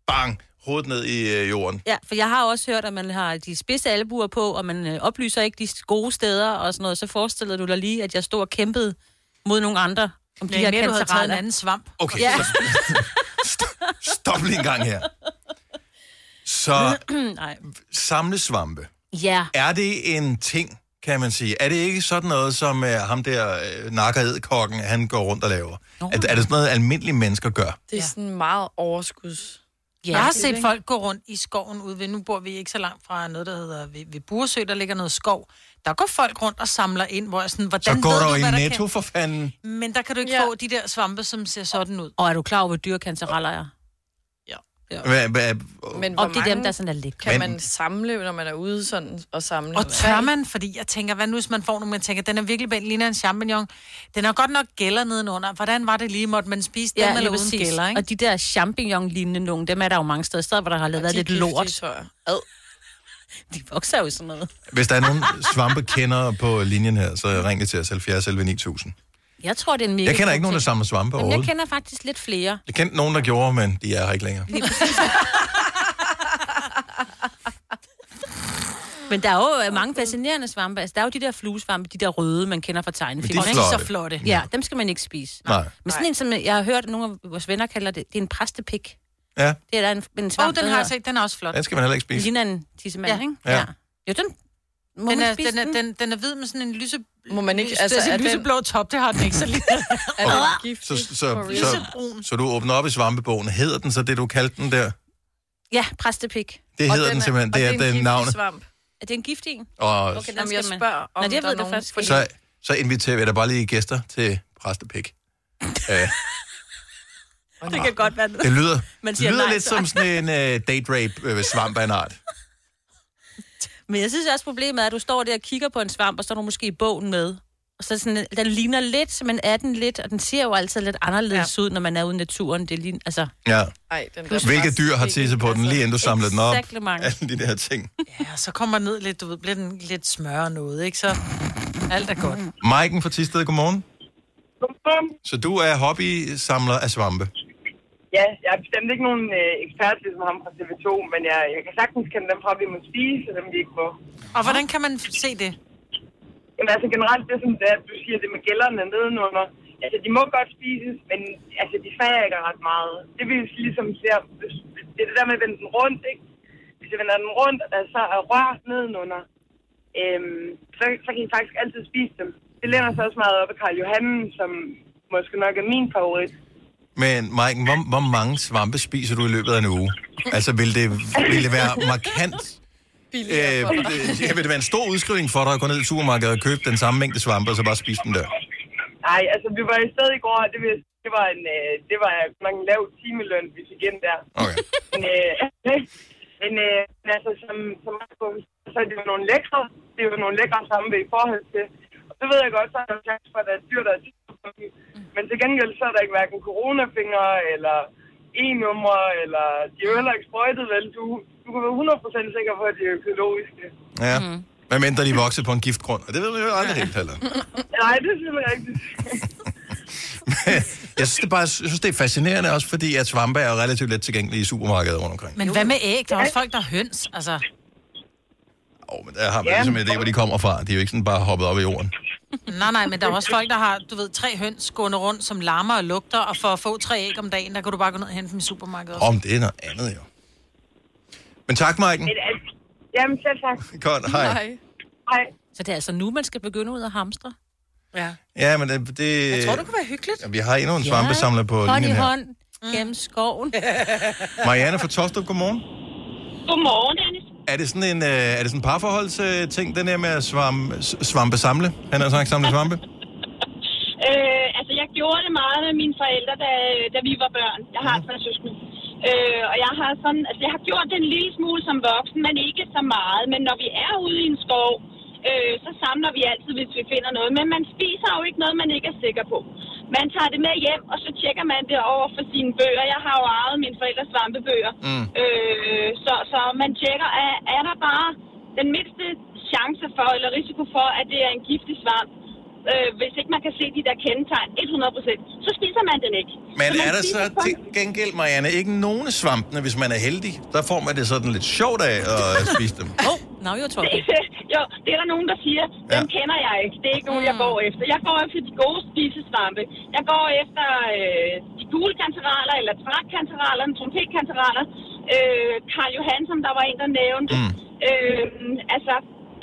S1: Bang, hovedet ned i øh, jorden.
S4: Ja, for jeg har også hørt, at man har de spidse albuer på, og man øh, oplyser ikke de gode steder og sådan noget. Så forestillede du dig lige, at jeg stod og kæmpede mod nogle andre om de
S2: Ja,
S4: her
S2: mere, du havde taget en
S4: kantereller.
S2: anden svamp.
S1: Okay,
S4: Ja.
S1: så- Stop lige en gang her. Så
S4: Nej.
S1: samle svampe.
S4: Ja.
S1: Er det en ting, kan man sige? Er det ikke sådan noget, som uh, ham der uh, nakkeredkokken, han går rundt og laver? Er, er det sådan noget, almindelige mennesker gør?
S5: Det er sådan meget overskuds.
S2: Ja, jeg har set folk gå rundt i skoven ude ved, nu bor vi ikke så langt fra noget, der hedder ved, ved Buresø, der ligger noget skov. Der går folk rundt og samler ind, hvor jeg sådan, hvordan
S1: så går
S2: ved
S1: der
S2: du,
S1: jo
S2: hvad
S1: i
S2: der
S1: netto for fanden.
S2: kan? Men der kan du ikke ja. få de der svampe, som ser sådan ud.
S4: Og er du klar over, hvor dyre kantereller er?
S2: Ja.
S4: Det
S1: Hvad, hvad,
S5: Men
S4: Og det er dem, der sådan er lidt.
S5: Kan
S1: Men-
S5: man samle, når man er ude sådan og samle?
S2: Og tør man, fordi jeg tænker, hvad nu hvis man får nogle, man tænker, den er virkelig bænd, ligner en champignon. Den har godt nok gælder nedenunder. Hvordan var det lige, måtte man spise ja,
S4: Ja,
S2: dem
S4: lige
S2: eller uden
S4: præcis.
S2: gælder, ikke?
S4: Og de der champignon-lignende nogen, dem er der jo mange steder, steder hvor der har
S2: de
S4: været
S2: er
S4: lidt
S2: giftige,
S4: lort.
S2: tror jeg.
S4: Ad. De vokser jo i sådan noget.
S1: hvis der er nogen svampekendere på linjen her, så ring lige til os 70 11 9000.
S4: Jeg tror, det er en mega
S1: Jeg kender
S4: god
S1: ikke nogen, der
S4: ting.
S1: samler svampe
S4: Jamen, jeg
S1: overhovedet.
S4: kender faktisk lidt flere.
S1: Jeg kendte nogen, der gjorde, men de er her ikke længere.
S4: Men der er jo øh, mange fascinerende svampe. Altså, der er jo de der fluesvampe, de der røde, man kender fra tegnefilm.
S2: Og de er flotte. så flotte.
S4: Ja, dem skal man ikke spise.
S1: Nej.
S4: Men sådan en, som jeg har hørt, nogle af vores venner kalder det, det er en præstepik.
S1: Ja,
S4: Det er der en, en svamp,
S2: Åh, oh, den
S4: der
S2: har jeg
S4: hedder-
S2: set, den er også flot.
S1: den skal man heller ikke
S4: Den
S1: spise.
S4: ligner en tissemand,
S2: Ja.
S4: ja. ikke?
S1: Ja.
S4: Jo, den må
S2: Den
S4: man
S2: er,
S4: spise
S2: den, er, den, den er hvid med sådan en lyse...
S5: Må man ikke- altså,
S2: Altså,
S5: er
S2: en
S5: den-
S2: lyseblå top, det har den ikke så lige.
S1: Okay. Så, så, så, så, så du åbner op i svampebogen. Hedder den så det, du kaldte den der?
S4: Ja, præstepik.
S1: Det hedder den simpelthen. Det er den navn.
S5: svamp.
S4: Er det en giftig en?
S1: Og
S4: Okay, den
S5: Jamen, jeg
S4: skal man-
S5: spørger, om
S4: Nå, det
S5: der
S4: ved
S5: er
S4: det
S5: nogen...
S4: faktisk ikke.
S1: så, så inviterer vi da bare lige gæster til præstepik. Øh,
S4: Det kan godt være
S1: det lyder,
S4: Man
S1: det
S4: siger
S1: lyder
S4: nej,
S1: lidt
S4: så-
S1: som sådan en uh, date rape øh, svamp af en art.
S4: Men jeg synes også, problemet er, at du står der og kigger på en svamp, og så er du måske i bogen med. Og så sådan, den ligner lidt, men er den lidt, og den ser jo altid lidt anderledes ja. ud, når man er ude i naturen. Det ligner, altså,
S1: Ja.
S5: Ej, den der
S1: Hvilke
S5: pres-
S1: dyr har tisset på den, lige inden du samlede den op?
S4: Exakt mange.
S1: Alle de der ting.
S2: Ja, så kommer den ned lidt, du ved, bliver den lidt smør og noget, ikke? Så alt er godt.
S1: Maiken fra Tisted, godmorgen. Så du er hobbysamler af svampe.
S10: Ja, jeg er bestemt ikke nogen øh, ekspert ligesom ham fra TV2, men jeg, jeg kan sagtens kende dem fra, at vi må spise, og dem vi ikke må.
S2: Og hvordan kan man se det?
S10: Jamen altså generelt, det er sådan, at du siger det med gælderne nedenunder. Altså, de må godt spises, men altså, de fager ikke ret meget. Det vil sige, ligesom ser, hvis- det er det der med at vende den rundt, ikke? Hvis jeg vender den rundt, og der så er rør nedenunder, øhm, så, så kan I faktisk altid spise dem. Det læner sig også meget op af Karl Johannen, som måske nok er min favorit.
S1: Men Maiken, hvor, hvor mange svampe spiser du i løbet af en uge? Altså, vil det, vil det være markant? Øh, det, ja, vil det være en stor udskrivning for dig at gå ned i supermarkedet og købe den samme mængde svampe, og så bare spise dem der?
S10: Nej, altså vi var i sted i går, og det, vil- det var en, øh, det var nok en lav timeløn, hvis igen der.
S1: Okay.
S10: Men, øh, men øh, men altså, som, som Marco, så er det jo nogle lækre, det er jo nogle lækre samvej i forhold til. Og det ved jeg godt, så er der jo chance for, at der er dyr, der er tæt på dem. Men til gengæld, så er der ikke hverken coronafingre, eller e-numre, eller de er jo heller ikke sprøjtet, vel? Du, du kan være 100% sikker på, at det er økologiske.
S1: Ja.
S4: Mhm.
S1: Mm. Hvad mindre de vokser på en giftgrund? Og det ved vi jo aldrig helt heller.
S10: Nej, det synes jeg ikke.
S1: Jeg synes, det bare, jeg synes, det er fascinerende også, fordi at svampe er jo relativt let tilgængelige i supermarkedet rundt omkring.
S2: Men hvad med æg? Der er også folk, der har høns, altså.
S1: Oh, men der har man ligesom et idé, hvor de kommer fra. De er jo ikke sådan bare hoppet op i jorden.
S2: Nej, nej, men der er også folk, der har, du ved, tre høns gående rundt, som larmer og lugter, og for at få tre æg om dagen, der kan du bare gå ned og hente dem i supermarkedet også.
S1: Om det er noget andet, jo. Men tak, Maiken.
S10: Men, altså, jamen, selv tak.
S1: Godt, hej.
S10: Hej.
S4: Så det er altså nu, man skal begynde ud at hamstre.
S2: Ja.
S1: Ja, men det... det
S4: Jeg tror, det kunne være hyggeligt.
S1: Ja, Øh, vi har endnu en svampesamler på
S4: hånd i
S1: linjen her.
S4: hånd, gennem skoven.
S1: Marianne fra Tostrup, godmorgen.
S11: Godmorgen, Dennis.
S1: Er det sådan en øh, er det sådan en parforholdsting, den her med at svampe, svampe samle? Han har sagt samle svampe.
S11: Øh, altså, jeg gjorde det meget med mine forældre, da, da vi var børn. Jeg har tre søskende. Øh, og jeg har, sådan, altså, jeg har gjort det en lille smule som voksen, men ikke så meget. Men når vi er ude i en skov, øh, så samler vi altid, hvis vi finder noget. Men man spiser jo ikke noget, man ikke er sikker på. Man tager det med hjem, og så tjekker man det over for sine bøger. Jeg har jo ejet mine forældres svampebøger.
S12: Mm.
S11: Øh, så, så man tjekker, er, er der bare den mindste chance for, eller risiko for, at det er en giftig svamp? Øh, hvis ikke man kan se de der kendetegn 100%, så spiser man den ikke.
S1: Men
S11: man
S1: er der
S11: spiser
S1: så
S11: kun-
S1: til gengæld, Marianne, ikke nogen af svampene, hvis man er heldig? Der får man det sådan lidt sjovt af at øh, spise dem.
S4: Åh, oh, nå, jo, tror jeg.
S11: jo, det er der nogen, der siger, dem kender jeg ikke. Det er ikke nogen, jeg går efter. Jeg går efter de gode spisesvampe. Jeg går efter øh, de gule kanteraler, eller trækkanteralerne, trompetkanteraler. Øh, Karl Johan, som der var en, der nævnte. Mm. Øh, altså,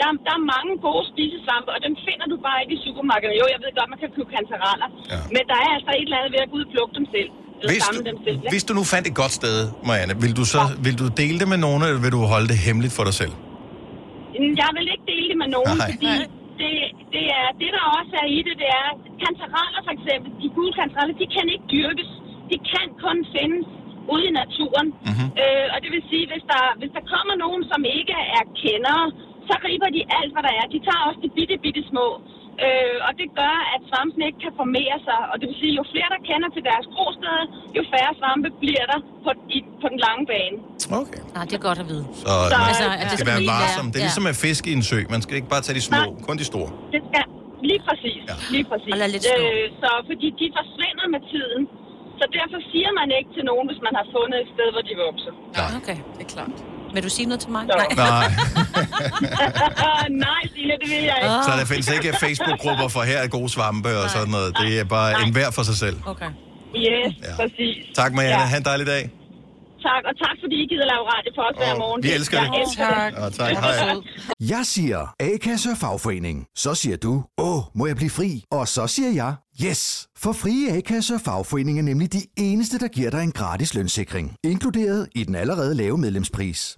S11: der, der er mange gode spisesvampe, og dem finder du bare ikke i supermarkedet. Jo, jeg ved godt, man kan købe kanteraler, ja. men der er altså et eller andet ved at gå ud og plukke dem selv. Eller
S1: Hvis
S11: samle
S1: du-
S11: dem selv. ikke?
S1: Hvis du nu fandt et godt sted, Marianne, vil du så vil du dele det med nogen, eller vil du holde det hemmeligt for dig selv?
S11: Mm, Jeg vil ikke dele det med nogen,
S1: Nej.
S11: fordi det, det, er, det, der også er i det, det er, at kantaraler for eksempel, de gule kantaraler, de kan ikke dyrkes. De kan kun findes ude i naturen.
S1: Mhm.
S11: Mm-hmm. Øh, og det vil sige, hvis der, hvis der kommer nogen, som ikke er kendere, så griber de alt, hvad der er. De tager også de bitte, bitte små. Øh, og det gør, at svampene ikke kan formere sig. Og det vil sige, jo flere der kender til deres grosteder, jo færre svampe bliver der på, i, på den lange bane.
S1: Okay.
S4: Nej, det er godt at vide.
S1: Så man
S4: altså, at
S1: skal
S4: skal
S1: være
S4: lige
S1: varsom. Det er
S4: ja.
S1: ligesom at fisk i en sø. Man skal ikke bare tage de små, kun de store.
S11: Det skal lige præcis. Ja. Lige præcis. Øh,
S4: lidt stå.
S11: så fordi de forsvinder med tiden. Så derfor siger man ikke til nogen, hvis man har fundet et sted, hvor de vokser.
S4: Nej. Ah, Okay. Det er klart. Vil du sige noget til mig?
S11: Så.
S1: Nej,
S11: Nej, Signe, det vil jeg ikke.
S1: så der findes ikke Facebook-grupper for her er gode svampe og sådan noget. Det er bare
S11: Nej.
S1: en hver for sig selv.
S4: Okay.
S11: Yes, ja. præcis.
S1: Tak, Marianne.
S11: Ja.
S1: Ha' en dejlig dag.
S11: Tak, og tak fordi I gider lave radio for os hver
S1: Åh,
S11: morgen.
S1: vi elsker
S11: jeg
S1: det.
S11: Elsker
S1: Tak. Åh, tak.
S11: Det er
S1: Hej.
S11: sødt.
S12: Jeg siger A-kasse og fagforening. Så siger du, åh, må jeg blive fri? Og så siger jeg, yes! For frie A-kasse og fagforening er nemlig de eneste, der giver dig en gratis lønssikring. Inkluderet i den allerede lave medlemspris.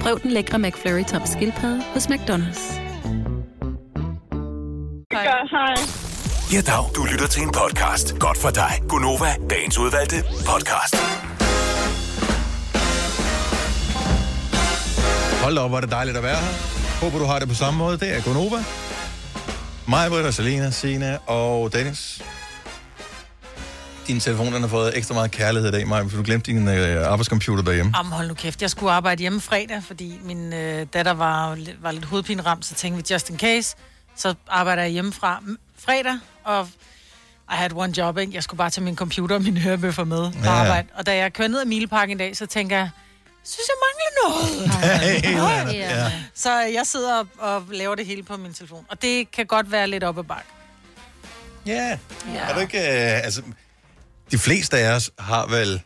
S13: Prøv den lækre McFlurry tom skildpadde hos McDonald's.
S11: Hej.
S6: Ja, dag. Du lytter til en podcast. Godt for dig. Gunova, dagens udvalgte podcast.
S1: Hold da op, hvor er det dejligt at være her. Håber, du har det på samme måde. Det er Gonova. Mig, Britt og Selina, Sina og Dennis. Din telefon den har fået ekstra meget kærlighed i dag, Maja, for du glemte din øh, arbejdscomputer derhjemme.
S2: Jamen, hold nu kæft. Jeg skulle arbejde hjemme fredag, fordi min øh, datter var, lidt- var lidt hovedpineramt, så tænkte vi, just in case, så arbejder jeg hjemmefra m- fredag, og I had one job, ikke? Jeg skulle bare tage min computer og mine hørebøffer med på ja.
S14: Ja.
S2: arbejde. Og da jeg kører ned ad Mileparken i dag, så tænker jeg, synes jeg mangler noget.
S14: Ja, ja, ja.
S2: Så jeg sidder og, og laver det hele på min telefon. Og det kan godt være lidt op ad bakke.
S1: Ja. Er du ikke... Øh, altså, de fleste af os har vel... Ej,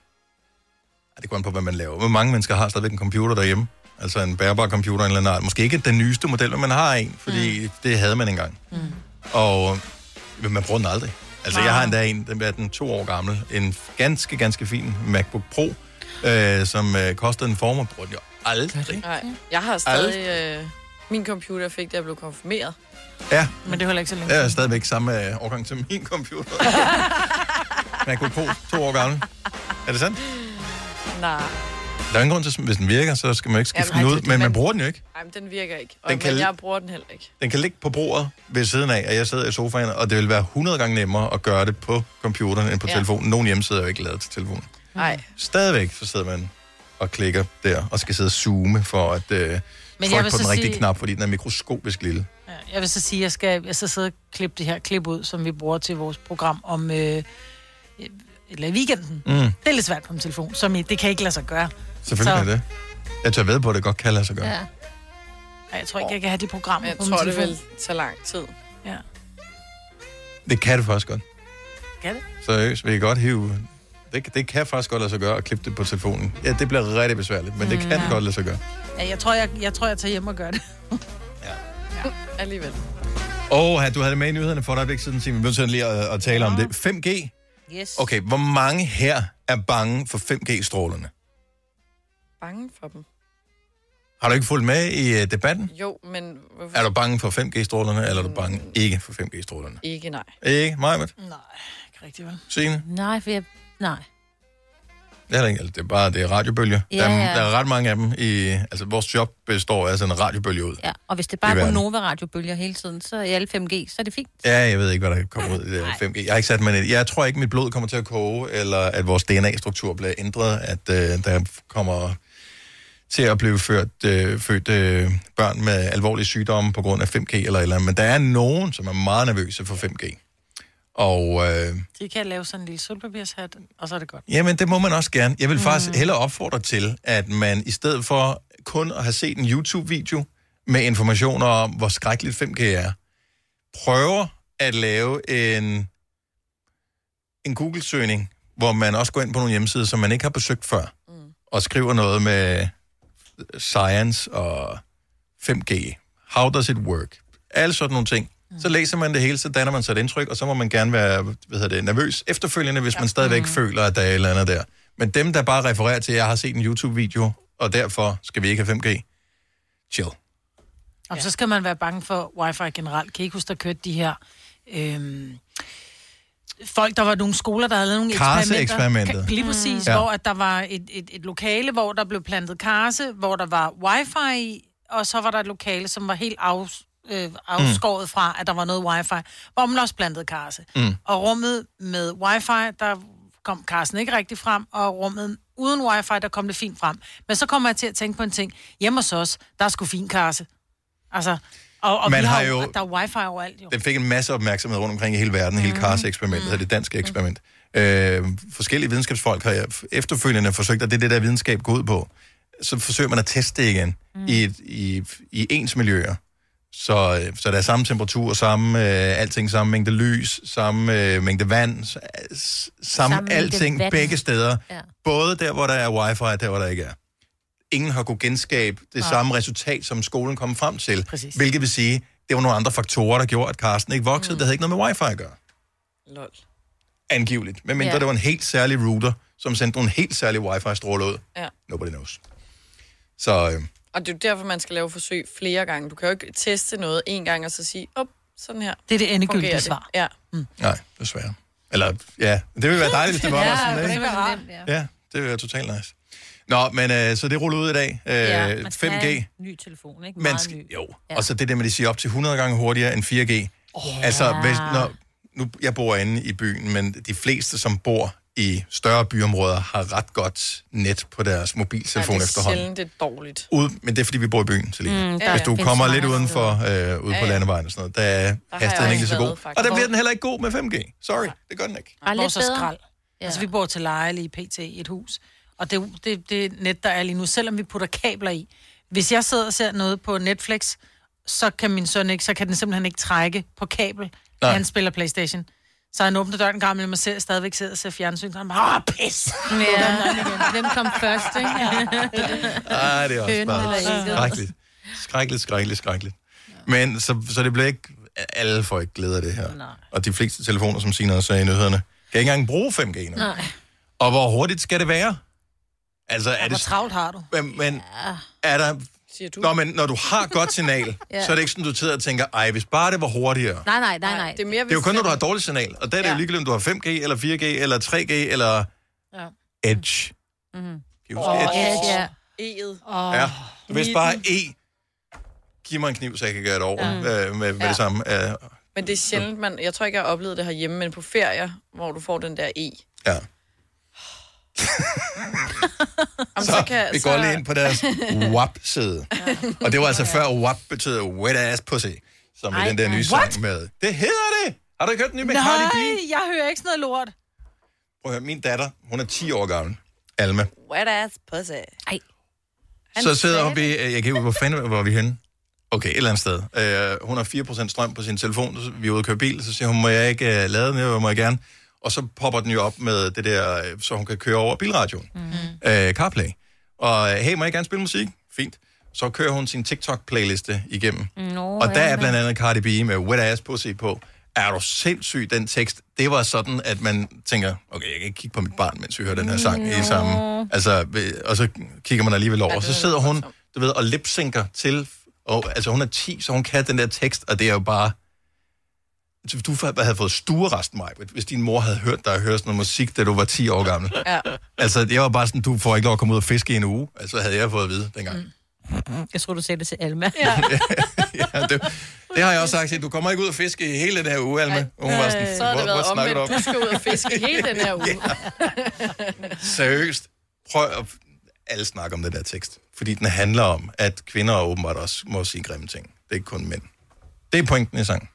S1: det går an på, hvad man laver. Men mange mennesker har stadigvæk en computer derhjemme. Altså en bærbar computer af en eller anden art. Måske ikke den nyeste model, men man har en, fordi mm. det havde man engang. Mm. Og men man bruger den aldrig. Altså, jeg har endda en, den er den to år gammel. En ganske, ganske fin MacBook Pro, øh, som øh, kostede en form og bruger den jo aldrig.
S5: Nej, jeg har stadig... Øh, min computer jeg fik, da jeg blev konfirmeret.
S1: Ja,
S2: Men det er heller ikke så længe.
S1: jeg er stadigvæk samme øh, årgang til min computer. MacBook Pro, to år gammel. Er det sandt?
S5: Nej,
S1: Der er ingen grund til, at hvis den virker, så skal man ikke skifte
S5: Jamen,
S1: den
S5: nej,
S1: ud,
S5: det-
S1: men man
S5: man-
S1: bruger den jo ikke.
S5: Ej, men den virker ikke. Og,
S1: Den
S5: den
S1: kan
S5: kan... Men
S1: l-
S5: jeg bruger den heller ikke.
S1: Den kan ligge på bordet ved siden af, og jeg sidder i sofaen, og det vil være 100 gange nemmere at gøre det på computeren end på
S5: Ja.
S1: telefonen. Nogle hjemmesider er jo ikke lavet til telefonen.
S2: Mm.
S5: Nej.
S1: Stadigvæk så sidder man og klikker der, og skal sidde og zoome for at øh,
S2: vil
S1: trykke på
S2: så
S1: den rigtige
S2: sige-
S1: knap, fordi den er mikroskopisk lille.
S2: Jeg vil så sige, at jeg skal jeg skal sidde og klippe det her klip ud, som vi bruger til vores program om øh, eller i weekenden.
S1: Mm.
S2: Mm. Det er lidt svært på min telefon, som I, det kan ikke lade sig gøre.
S1: Selvfølgelig
S2: så,
S1: er det. Jeg tør ved på, at det godt kan lade sig gøre.
S2: Ja. Ej, jeg tror ikke, jeg kan have de programmer
S5: Jeg
S2: på
S5: tror,
S2: min
S5: det
S2: telefon.
S5: vil tage lang tid.
S2: Ja.
S1: Det kan det faktisk godt.
S2: Kan det?
S1: Seriøst, vil I godt hive... Det, det kan faktisk godt lade sig gøre at klippe det på telefonen. Ja, det bliver rigtig besværligt, men det
S2: Mm.
S1: kan
S2: Ja.
S1: godt lade sig gøre.
S2: Ja, jeg, tror, jeg, jeg tror, jeg tager hjem og gør det.
S5: Ja, alligevel.
S1: Åh, oh, du havde det med i nyhederne for et øjeblik siden, Signe. Vi bliver lige at, at tale om det. 5G.
S4: Yes.
S1: Okay, hvor mange her er bange for 5G-strålerne?
S5: Bange for dem.
S1: Har du ikke fulgt med i øh, debatten?
S5: Jo, men hvorfor
S1: Er du bange for 5G-strålerne, eller er du bange ikke for 5G-strålerne?
S5: ikke nej?
S1: Ikke? Majbert?
S2: Ikke rigtigt, vel?
S1: Signe?
S4: Nej, for jeg... Nej.
S1: Det er, der ikke, altså, det er bare det er radiobølger.
S4: Ja,
S1: der, er,
S4: ja.
S1: der er ret mange af dem. I, altså, vores job består af sådan en radiobølge ud.
S4: Ja, og hvis det
S1: I
S4: bare er
S1: verden.
S4: Nova-radiobølger hele tiden, så i alle 5G, så er det fint.
S1: Ja, jeg ved ikke, hvad der kommer ud i det 5G. Jeg har ikke sat mig ned. i det. Jeg tror ikke, mit blod kommer til at koge, eller at vores DNA-struktur bliver ændret, at øh, der kommer til at blive ført, øh, født øh, børn med alvorlige sygdomme på grund af 5G eller et eller andet. Men der er nogen, som er meget nervøse for 5G. Og øh,
S2: De kan lave sådan en lille sølvpapirshat, og så er det godt.
S1: Jamen, det må man også gerne. Jeg vil faktisk hellere opfordre til, at man i stedet for kun at have set en YouTube-video med informationer om, hvor skrækkeligt 5G er, prøver at lave en, en Google-søgning, hvor man også går ind på nogle hjemmesider, som man ikke har besøgt før, mm. og skriver noget med science og 5G. How does it work? Alle sådan nogle ting. Så læser man det hele, så danner man sig et indtryk, og så må man gerne være hvad hedder det, nervøs efterfølgende, hvis ja. man stadigvæk mm. føler, at der er et eller andet der. Men dem, der bare refererer til, at jeg har set en YouTube-video, og derfor skal vi ikke have 5G, chill.
S2: Og så skal man være bange for wifi generelt. Kan I ikke huske, der kørte de her... Øhm, folk, der var nogle skoler, der havde lavet nogle
S1: Karse-eksperimentet.
S2: Ka- Lige præcis,
S1: Mm.
S2: mm.
S1: Ja.
S2: hvor at der var et, et, et lokale, hvor der blev plantet karse, hvor der var wifi i, og så var der et lokale, som var helt af,
S1: Mm.
S2: øh, afskåret fra, at der var noget wifi, hvor man også plantede karse.
S14: Mm.
S2: Og rummet med wifi, der kom karsen ikke rigtig frem, og rummet uden wifi, der kom det fint frem. Men så kommer jeg til at tænke på en ting. Hjemme hos os, der er sgu fin karse. Altså, og, og
S1: Man
S2: vi
S1: har
S2: har, har jo,
S1: jo-
S2: der er wifi overalt jo.
S1: Den fik en masse opmærksomhed rundt omkring i hele verden, hele
S15: Mhm.
S1: Kars-eksperimentet, mm. det danske eksperiment. Øh, forskellige videnskabsfolk har efterfølgende forsøgt, og det er det, der videnskab går ud på. Så forsøger man at teste det igen mm. i, et- i, i ens miljøer. Så, øh, så der er samme temperatur, samme øh, alting, samme mængde lys, samme øh, mængde vand, s- s- samme,
S15: Samme
S1: samme
S15: mængde
S1: alting
S15: vand.
S1: begge steder.
S15: Ja.
S1: Ja. Både der, hvor der er wifi, og der, hvor der ikke er. Ingen har kunne genskabe det
S15: Nej.
S1: samme resultat, som skolen kom frem til.
S2: Præcis.
S1: Hvilket vil sige, det var nogle andre faktorer, der gjorde, at Carsten ikke voksede. Mm. Det havde ikke noget med wifi at gøre.
S5: Lol.
S1: Angiveligt. Men mindre
S5: Ja.
S1: det var en helt særlig router, som sendte nogle helt særlige wifi-stråler ud.
S5: Ja.
S1: Nobody knows. Så øh,
S5: Og det er jo derfor, man skal lave forsøg flere gange. Du kan jo ikke teste noget en gang og så sige, op, sådan her.
S2: Det er det endegyldige
S5: fungerer
S2: svar.
S5: Ja.
S1: nej, desværre. Eller ja, det ville være dejligt, hvis det var
S5: ja,
S1: der sådan,
S5: det
S1: ikke?
S5: var rart.
S1: Ja, det ville være totalt nice. Nå, men øh, så det ruller ud i dag. Øh,
S3: Ja,
S1: ja,
S3: man
S1: 5G.
S3: skal have en ny telefon, ikke?
S1: Man
S3: Meget
S1: skal,
S3: ny.
S1: jo, ja. og så det der med, at de siger op til 100 gange hurtigere end 4G. Oh. Altså, hvis, når, nu, jeg bor inde i byen, men de fleste, som bor i større byområder, har ret godt net på deres mobiltelefon
S5: Ej, det er
S1: efterhånden.
S5: sjældent, det er dårligt.
S1: Ud, men det er, fordi vi bor i byen, Selina.
S5: Mm,
S1: Mm,
S5: der
S1: hvis du
S5: findes
S1: kommer
S5: mange
S1: lidt udenfor, øh, ude
S5: Ja,
S1: på
S5: ja.
S1: landevejen og sådan noget, der er
S2: jeg
S1: hastigheden ikke lige
S2: også
S1: så god.
S2: været, faktisk.
S1: Og der bliver den heller ikke god med 5G. Sorry, det gør den ikke.
S2: Ej, lidt bedre. Skrald.
S1: Ja.
S2: Ja. Altså, vi bor til leje lige pt. i et hus. Og det, det, det net, der er lige nu, selvom vi putter kabler i. Hvis jeg sidder og ser noget på Netflix, så kan min søn ikke, så kan den simpelthen ikke trække på kabel,
S1: Nej.
S2: Nej. han spiller Playstation. Så han åbner døren en gang imellem og ser, stadigvæk sidder og ser fjernsyn. Så han bare, åh, pis!
S3: Ja.
S2: Hvem kom først, ikke?
S1: Ej, det er også
S2: Hønen
S1: bare
S2: eller ægget.
S1: skrækkeligt. Skrækkeligt, skrækkeligt, skrækkeligt. Men så, så det bliver ikke... Alle får ikke glæde af det her. Nej. Og de fleste telefoner, som Signe også sagde i nyhederne, kan ikke engang bruge 5G nu.
S2: Nej.
S1: Og hvor hurtigt skal det være? Altså, er
S2: Hvor
S1: det...
S2: travlt har du?
S1: Men, men er der...
S5: Du?
S1: Nå, men når du har et godt signal,
S2: Ja.
S1: ja. så er det ikke sådan, du sidder og tænker, ej, hvis bare det var hurtigere.
S5: Nej, nej, nej, nej. Det er, mere,
S1: Det er jo kun, når du har et dårligt signal. Og der er det jo
S5: Ja.
S1: ligegyldigt, om du har 5G, eller 4G, eller 3G, eller
S2: Ja.
S1: Edge.
S2: Mm-hmm.
S1: Kan I huske Edge?
S5: ja. E'et.
S2: Oh.
S1: Ja, du vidste bare E. Giv mig en kniv, så jeg kan gøre det over
S5: Ja.
S1: ja. øh, med, med
S5: Ja.
S1: det samme. Øh,
S5: Men det er sjældent, man... Jeg tror ikke, jeg har oplevet det herhjemme, men på ferier, hvor du får den der E.
S1: Ja.
S5: Jamen,
S1: så, så kan, vi går lige ind på deres WAP-side. Og det var altså før WAP betød Wet Ass Pussy, som er
S2: Ej,
S1: den der nye
S2: what?
S1: sang med. Det hedder det! Har du ikke hørt den nye med Cardi B?
S2: Nej, jeg hører ikke sådan noget lort.
S1: Prøv at høre, min datter, hun er 10 år gammel. Alma.
S5: Wet ass pussy. Ej.
S1: så sidder vi, øh, jeg kan ikke hvor fanden var vi henne? Okay, et eller andet sted. Øh, hun har 4% strøm på sin telefon, så vi er ude og køre bil, så siger hun, må jeg ikke øh, lade den, her, må jeg gerne. Og så popper den jo op med det der, øh, så hun kan køre over bilradioen. Mm. Øh, CarPlay. Og øh, hey, må jeg gerne spille musik? Fint. Så kører hun sin TikTok-playliste igennem.
S3: Nå,
S1: Og der
S3: ja,
S1: er
S3: men-
S1: blandt andet Cardi B med Wet Ass Pussy på. Er du sindssyg, den tekst? Det var sådan, at man tænker, okay, jeg kan ikke kigge på mit barn, mens vi hører den her sang i sammen. Altså, øh, og så kigger man alligevel over. Og så sidder hun, du ved, og lipsynker til, og, altså hun er 10, så hun kan den der tekst, og det er jo bare... Altså, Du fa- havde fået stuerest, mig, hvis din mor havde hørt dig høre sådan noget musik, da du var 10 år gammel.
S5: Ja.
S1: Altså, jeg var bare sådan, du får ikke lov at komme ud og fiske i en uge. Altså, havde jeg fået at vide dengang. Mm.
S4: Mm-hmm.
S3: Jeg tror, du sagde det til Alma.
S1: Ja, det, det har jeg også sagt til hende. Du kommer ikke ud og fiske i hele den her uge, Alma. Ej, hun var sådan,
S5: Øh, så har det
S1: "Hvor-
S5: været
S1: hvor snakker
S5: omvendt. Du
S1: du
S5: skal ud og fiske hele den her uge.
S1: Seriøst. Prøv at... alle snakker om den der tekst. Fordi den handler om, at kvinder åbenbart også må sige grimme ting. Det er ikke kun mænd. Det er pointen i sangen.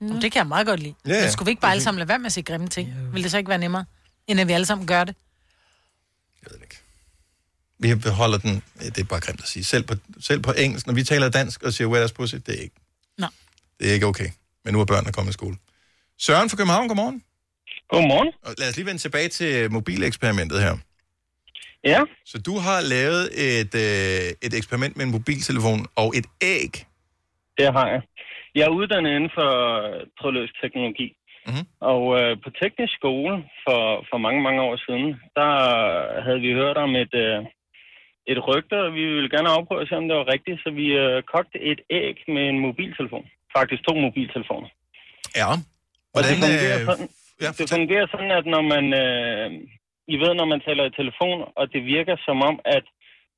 S2: Mm. Det kan jeg meget godt lide.
S1: Ja, ja.
S2: Yeah. Men skulle vi ikke bare alle sammen lade være med at sige grimme ting? Yeah. Vil det så ikke være nemmere, end at vi alle sammen gør det?
S1: Vi beholder den, eh, det er bare grimt at sige, selv på, selv på engelsk. Når vi taler dansk og siger wet ass pussy, det er ikke.
S2: Nå.
S1: Det er ikke okay. Men nu er børnene kommet i skole. Søren fra København, godmorgen.
S14: Godmorgen.
S1: Og lad os lige vende tilbage til mobileksperimentet her.
S14: Ja.
S1: Så du har lavet et, øh, et eksperiment med en mobiltelefon og et æg.
S14: Det har jeg. Jeg er uddannet inden for trådløs teknologi.
S1: Mm-hmm.
S14: Og øh, på teknisk skole for, for mange, mange år siden, der havde vi hørt om et, øh, et rygte, og vi ville gerne afprøve at se, om det var rigtigt. Så vi øh, kogte et æg med en mobiltelefon. Faktisk to mobiltelefoner.
S1: Ja.
S14: Hvordan, og det, fungerer
S1: øh,
S14: sådan,
S1: ja,
S14: det fungerer sådan, at når man, øh, I ved, når man taler i telefon, og det virker som om, at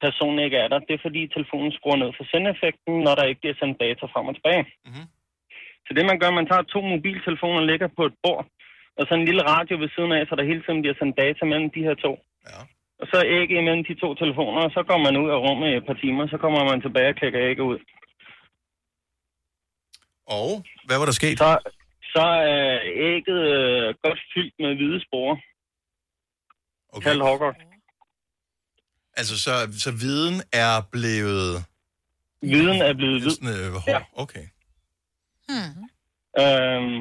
S14: personen ikke er der, det er fordi telefonen skruer ned for sendeffekten, når der ikke bliver sendt data frem og tilbage.
S1: Mm-hmm.
S14: Så det man gør, man tager to mobiltelefoner og lægger på et bord, og så en lille radio ved siden af, så der hele tiden bliver sendt data mellem de her to. Ja. Og så æg imellem de to telefoner, og så går man ud af rummet i et par timer, så kommer man tilbage og klikker ægget ud.
S1: Og hvad var der sket?
S14: Så, så er ægget øh, godt fyldt med hvide sporer.
S1: Okay.
S14: Kald Hogger.
S1: Altså, så, så viden er blevet...
S14: Viden er blevet
S1: hvid. Sådan, øh, hård. Ja. Okay.
S2: Hmm.
S14: Øhm,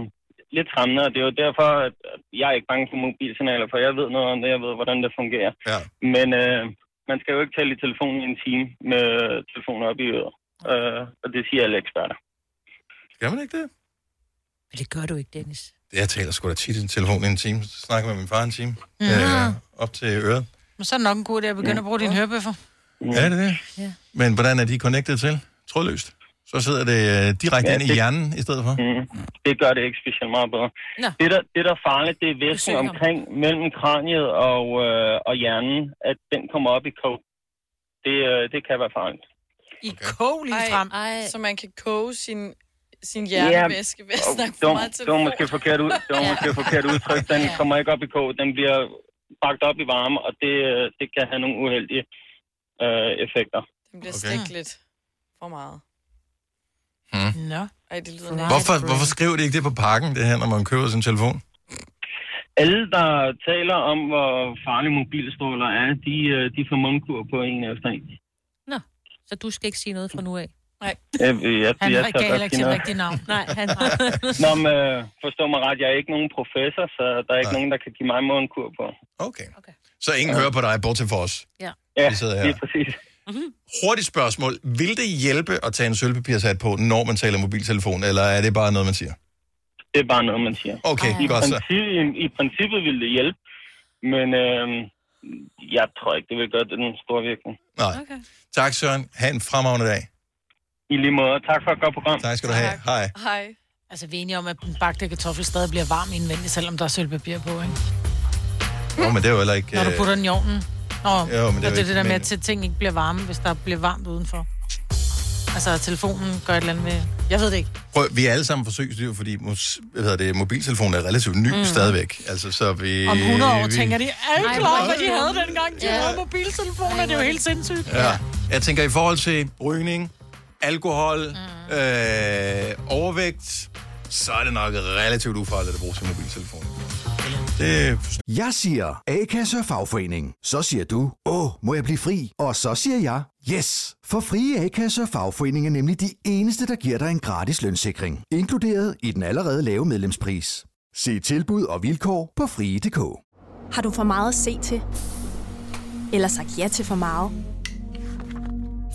S14: lidt skræmmende, og det er jo derfor, at jeg er ikke bange for mobilsignaler, for jeg ved noget om det, jeg ved, hvordan det fungerer.
S1: Ja.
S14: Men øh, man skal jo ikke tale i telefonen i en time med telefoner op i øret. Øh, og det siger alle eksperter.
S1: Skal man ikke det?
S3: Men det gør du ikke, Dennis.
S1: Jeg taler sgu da tit i telefonen i en time. Så snakker jeg med min far en time.
S2: Mhm.
S1: Øh, op til øret.
S2: Men så er det nok en god idé at begynde at bruge din hørebøffer.
S1: Ja, det er det.
S2: Ja.
S1: Men hvordan er de connected til? Trådløst. Så sidder det øh, direkte ja,
S14: Ja,
S1: ind i
S14: det-
S1: hjernen i stedet for?
S14: Mm. Det gør det ikke specielt meget bedre.
S2: Nå.
S14: Det, der, det, der er farligt, det er væsken
S1: Besøg ham.
S14: omkring mellem kraniet og, øh, og hjernen, at den kommer op i kog. Det, øh, det kan være farligt.
S2: I kog lige
S5: frem. Ej, så man kan koge sin, sin hjernevæske ved at
S14: og
S5: snakke
S14: det,
S5: for
S14: var,
S5: meget til.
S14: det var måske forkert, ud, det var måske forkert udtryk. Den kommer ikke op i kog, den bliver bagt op i varme, og det, øh, det kan have nogle uheldige øh, effekter.
S5: Den bliver okay. stegt lidt for meget.
S1: Hmm.
S2: Nå.
S5: Ej, det lyder næsten.
S1: Hvorfor, hvorfor skriver de ikke det på pakken, det her, når man køber sin telefon?
S14: Alle, der taler om, hvor farlige mobilstråler er, de, øh, de får mundkur på en efter en.
S3: Nå, så du skal ikke sige noget fra nu af.
S2: Nej.
S14: Jeg, jeg,
S3: Han
S14: jeg,
S3: gav
S14: tør
S3: heller ikke
S14: godt sige
S3: sit
S14: noget.
S3: rigtige navn. Nej, han...
S14: Nå, men øh, forstå mig ret, jeg er ikke nogen professor, så der er ikke nogen, der kan give mig mundkur på.
S1: Okay. Så ingen hører på dig, bortset fra os.
S3: Ja.
S14: Ja,
S1: Vi sidder her.
S14: lige præcis.
S1: Hurtigt spørgsmål. Vil det hjælpe at tage en sølvpapirshat på, når man taler mobiltelefon, eller er det bare noget, man siger?
S14: Det er bare noget, man siger.
S1: Okay,
S14: I,
S1: godt så.
S14: princippet, i, I princippet ville det hjælpe, men øh, jeg tror ikke, det vil gøre den store virkning.
S1: Nej. Okay. Tak, Søren. Ha' en fremragende dag.
S14: I lige måde. Tak for et godt program.
S1: Tak skal du have. Hej.
S2: Hej. Altså, vi er enige om, at den bagte kartoffel stadig bliver varm indvendigt, selvom der er sølvpapir på, ikke?
S1: Nå, men det er jo heller ikke...
S2: Når du
S1: øh,
S2: putter den i ovnen. Nå, jo, men det
S1: jo
S2: er det,
S1: ikke-
S2: det der med,
S1: men-
S2: at til ting ikke bliver varme, hvis der bliver varmt udenfor. Altså, at telefonen gør et eller andet med... Jeg ved det ikke.
S1: Prøv, vi er alle sammen forsøgsdyr, fordi mos, hvad hedder det, mobiltelefonen er relativt ny
S2: Mm.
S1: mm. stadigvæk. Altså, så vi,
S2: Om 100 år
S1: vi,
S2: tænker de, er I
S3: Nej,
S2: klar, over,
S3: hvor
S2: hvad de
S3: er det
S2: havde dengang, de
S3: Ja.
S2: havde mobiltelefoner? Det er jo helt sindssygt.
S1: Ja. Jeg tænker i forhold til rygning, alkohol, mm. øh, overvægt, så er det nok relativt ufarligt at bruge sin mobiltelefon. Det...
S12: Jeg siger A-kasse og fagforening. Så siger du, åh, må jeg blive fri? Og så siger jeg, yes! For frie A-kasse og fagforening er nemlig de eneste, der giver dig en gratis lønssikring. Inkluderet i den allerede lave medlemspris. Se tilbud og vilkår på frie.dk.
S16: Har du for meget at se til? Eller sagt ja til for meget?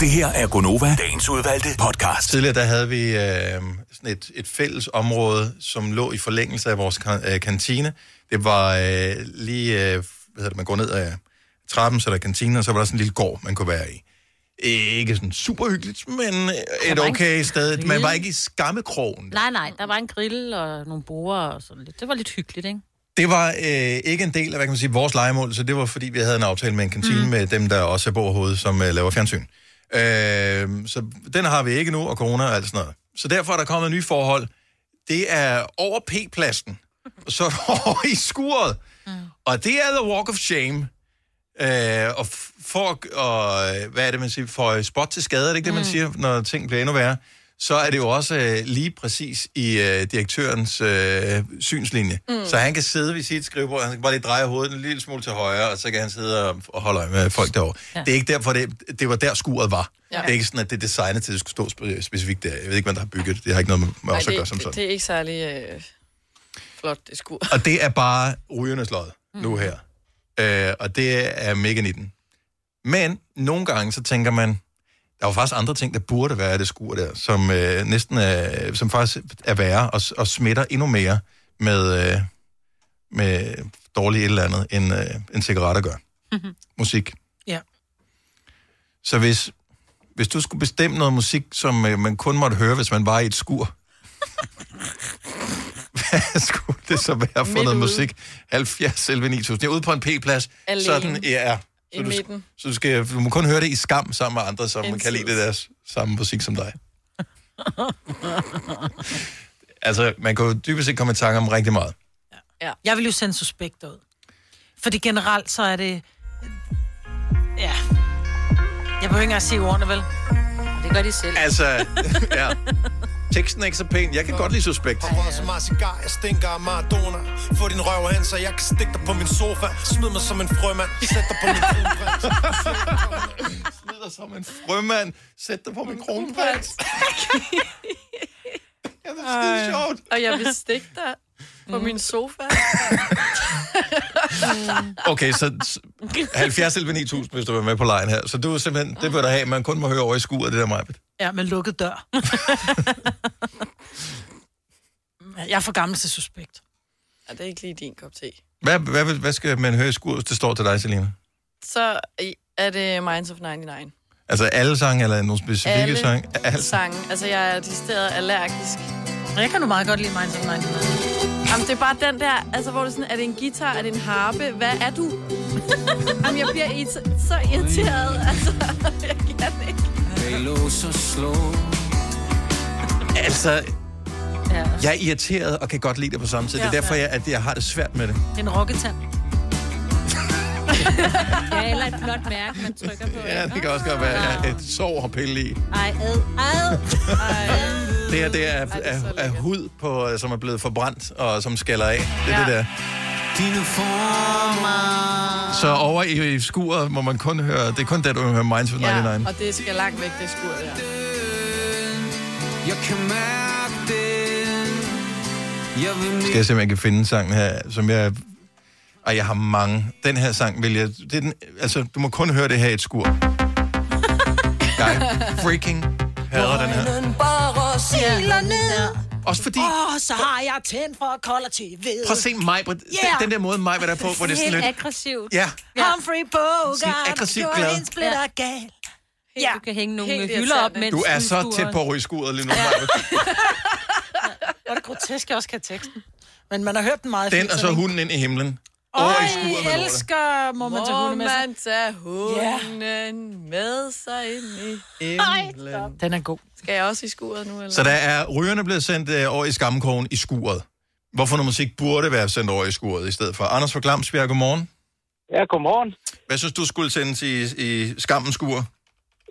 S6: Det her er Gonova, dagens udvalgte podcast.
S1: Tidligere der havde vi øh, sådan et, et fælles område, som lå i forlængelse af vores kan, øh, kantine. Det var øh, lige, øh, hvad hedder det, man går ned ad trappen, så der er kantinen, og så var der sådan en lille gård, man kunne være i. Ikke sådan super hyggeligt, men et
S4: var en
S1: okay sted. Man var
S4: grill.
S1: ikke i skammekrogen.
S4: Nej, nej, der var en grill og nogle borer og sådan lidt. Det var lidt hyggeligt, ikke?
S1: Det var øh, ikke en del af, hvad kan man sige, vores legemål, så det var fordi, vi havde en aftale med en kantine mm. med dem, der også bor overhovedet, som øh, laver fjernsyn. Øh, så den har vi ikke nu, og corona og alt sådan noget. Så derfor er der kommet nye forhold. Det er over P-pladsen, og så er det over i skuret. Mm. Og det er The Walk of Shame. Øh, og f- for, at- og, øh, hvad er det, man siger, for spot til skade, er det ikke det, man siger, når ting bliver endnu værre? Så er det jo også øh, lige præcis i øh, direktørens øh, synslinje. Mm.
S15: Mm.
S1: Så han kan sidde ved sit skrivebord, han kan bare lige dreje hovedet en lille smule til højre, og så kan han sidde og, og holde øje med folk derovre. Ja.
S15: Ja.
S1: Det er ikke derfor, det, det var der skuret var. Ja.
S5: Ja.
S1: Det er ikke sådan, at det er designet til, at det skulle stå spe- specifikt der. Jeg ved ikke, hvad der har bygget det. Det har ikke noget med, med
S5: Ej,
S1: os at
S5: det,
S1: gøre som sådan.
S5: det, det er ikke særlig øh, flot, det Mm. skur.
S1: Og det er bare rygernes lod nu her. Øh, og det er mega 19. Men nogle gange, så tænker man, der er jo faktisk andre ting, der burde være i det skur der, som øh, næsten er, som faktisk er værre og, og smitter endnu mere med, øh, med dårligt et eller andet, end, øh, end cigaretter gør.
S2: Mhm.
S1: Musik.
S2: Ja.
S1: Så hvis, hvis du skulle bestemme noget musik, som øh, man kun måtte høre, hvis man var i et skur, hvad skulle det så være for
S5: Midt
S1: noget
S5: ude.
S1: musik? 70 11 9000. Det er ude på en p-plads.
S5: Alene.
S1: Sådan, ja.
S5: I midten.
S1: Så du, skal, du må kun høre det i skam sammen med andre, som kan lide det deres samme musik som dig. altså, man kan jo dybest set komme i tanke om rigtig meget.
S2: Ja. Jeg vil jo sende suspekter ud. Fordi generelt så er det... Ja. Jeg behøver ikke engang sige ordene, vel?
S4: Det gør de selv.
S1: Altså, ja. Teksten er ikke så pæn. Jeg kan godt lide suspekt.
S17: Og rører så meget cigar, jeg stinker af Maradona Få din røv hen, så jeg kan stikke dig på min sofa Smid mig som en frømand, sæt dig på min kronprins
S1: Smid dig som en frømand, sæt dig på min kronprins. Ja, det
S5: er
S1: skide sjovt.
S5: Og jeg vil stikke dig
S2: Mm.
S5: på min sofa.
S1: Okay, så s-
S2: Mm.
S1: 70 11 9000, hvis du vil med på lejen her. Så du er simpelthen, det bør der have, man kun må høre over i skuret, det der mig.
S2: Ja, med lukket dør. jeg er for gammel til suspekt.
S5: Ja, det er ikke lige din kop te.
S1: Hvad, hvad, vil- hvad skal man høre i skuret, hvis det står til dig, Selina?
S5: Så er det Minds of 99.
S1: Altså alle sange, eller nogle specifikke
S5: Alle
S1: sange? Alle.
S5: sange. Altså, jeg er decideret allergisk.
S2: Jeg kan du meget godt lide Minds of 99.
S5: Jamen, det er bare den der, altså, hvor det er sådan, er det en guitar, er det en harpe? Hvad er du? Jamen, jeg bliver irrit- så irriteret, altså. Jeg kan det ikke.
S1: Altså,
S2: Ja.
S1: jeg er irriteret og kan godt lide det på samme tid. Det er
S2: Ja.
S1: derfor, jeg, at jeg har det svært med det.
S2: Det er en rokketand.
S4: Ja, eller et flot mærke, man trykker på.
S1: Ja, det kan også godt være ja, et sår at pille i.
S4: Ej, ad, ad.
S1: Det her, det er, er, er hud, på, øh, som er blevet forbrændt og som skaller af. Det er ja.
S4: Ja.
S1: det der. Dine Så over i, i skuret må man kun høre, det er kun der, du hører Minds for 99.
S5: Og det skal langt væk, det skur der.
S15: Jeg kan mærke det. Jeg vil
S1: Skal jeg se, om jeg kan finde sangen her, som jeg... Og jeg har mange. Den her sang vil jeg... Det er den, altså, du må kun høre det her i et skur. Jeg freaking hader den her.
S15: bare siler ned.
S1: Også fordi...
S15: Åh, oh, så har jeg tændt for kolder TV.
S1: Prøv at se mig, yeah.
S15: Yeah.
S1: den der måde mig, hvad der er på, hvor det er sådan lidt...
S4: aggressivt.
S1: Ja.
S2: Humphrey Bogart.
S1: Sådan aggressivt glad.
S2: Gjorde en splitter ja. gal.
S4: Ja. Du kan hænge nogle
S2: Helt
S4: hylder op,
S2: irriterende.
S4: mens
S1: Du er så
S4: skuer.
S1: tæt på at ryge skuret lige nu. Maja.
S2: Hvor er det grotesk, jeg også kan teksten. Men man har hørt den meget
S1: Den og så hunden ind i himlen.
S2: Åh,
S1: Over i skuret med
S2: jeg
S1: lortet.
S2: elsker, må man tage hunden med sig.
S5: man tage hunden med sig ind i himlen.
S2: Den er god.
S5: Skal jeg også i skuret nu, eller?
S1: Så der er rygerne blevet sendt øh, over i skammekogen i skuret. Hvorfor noget musik burde være sendt over i skuret i stedet for? Anders fra Glamsbjerg, godmorgen.
S18: Ja, godmorgen.
S1: Hvad synes du skulle sendes i, i skammens skur?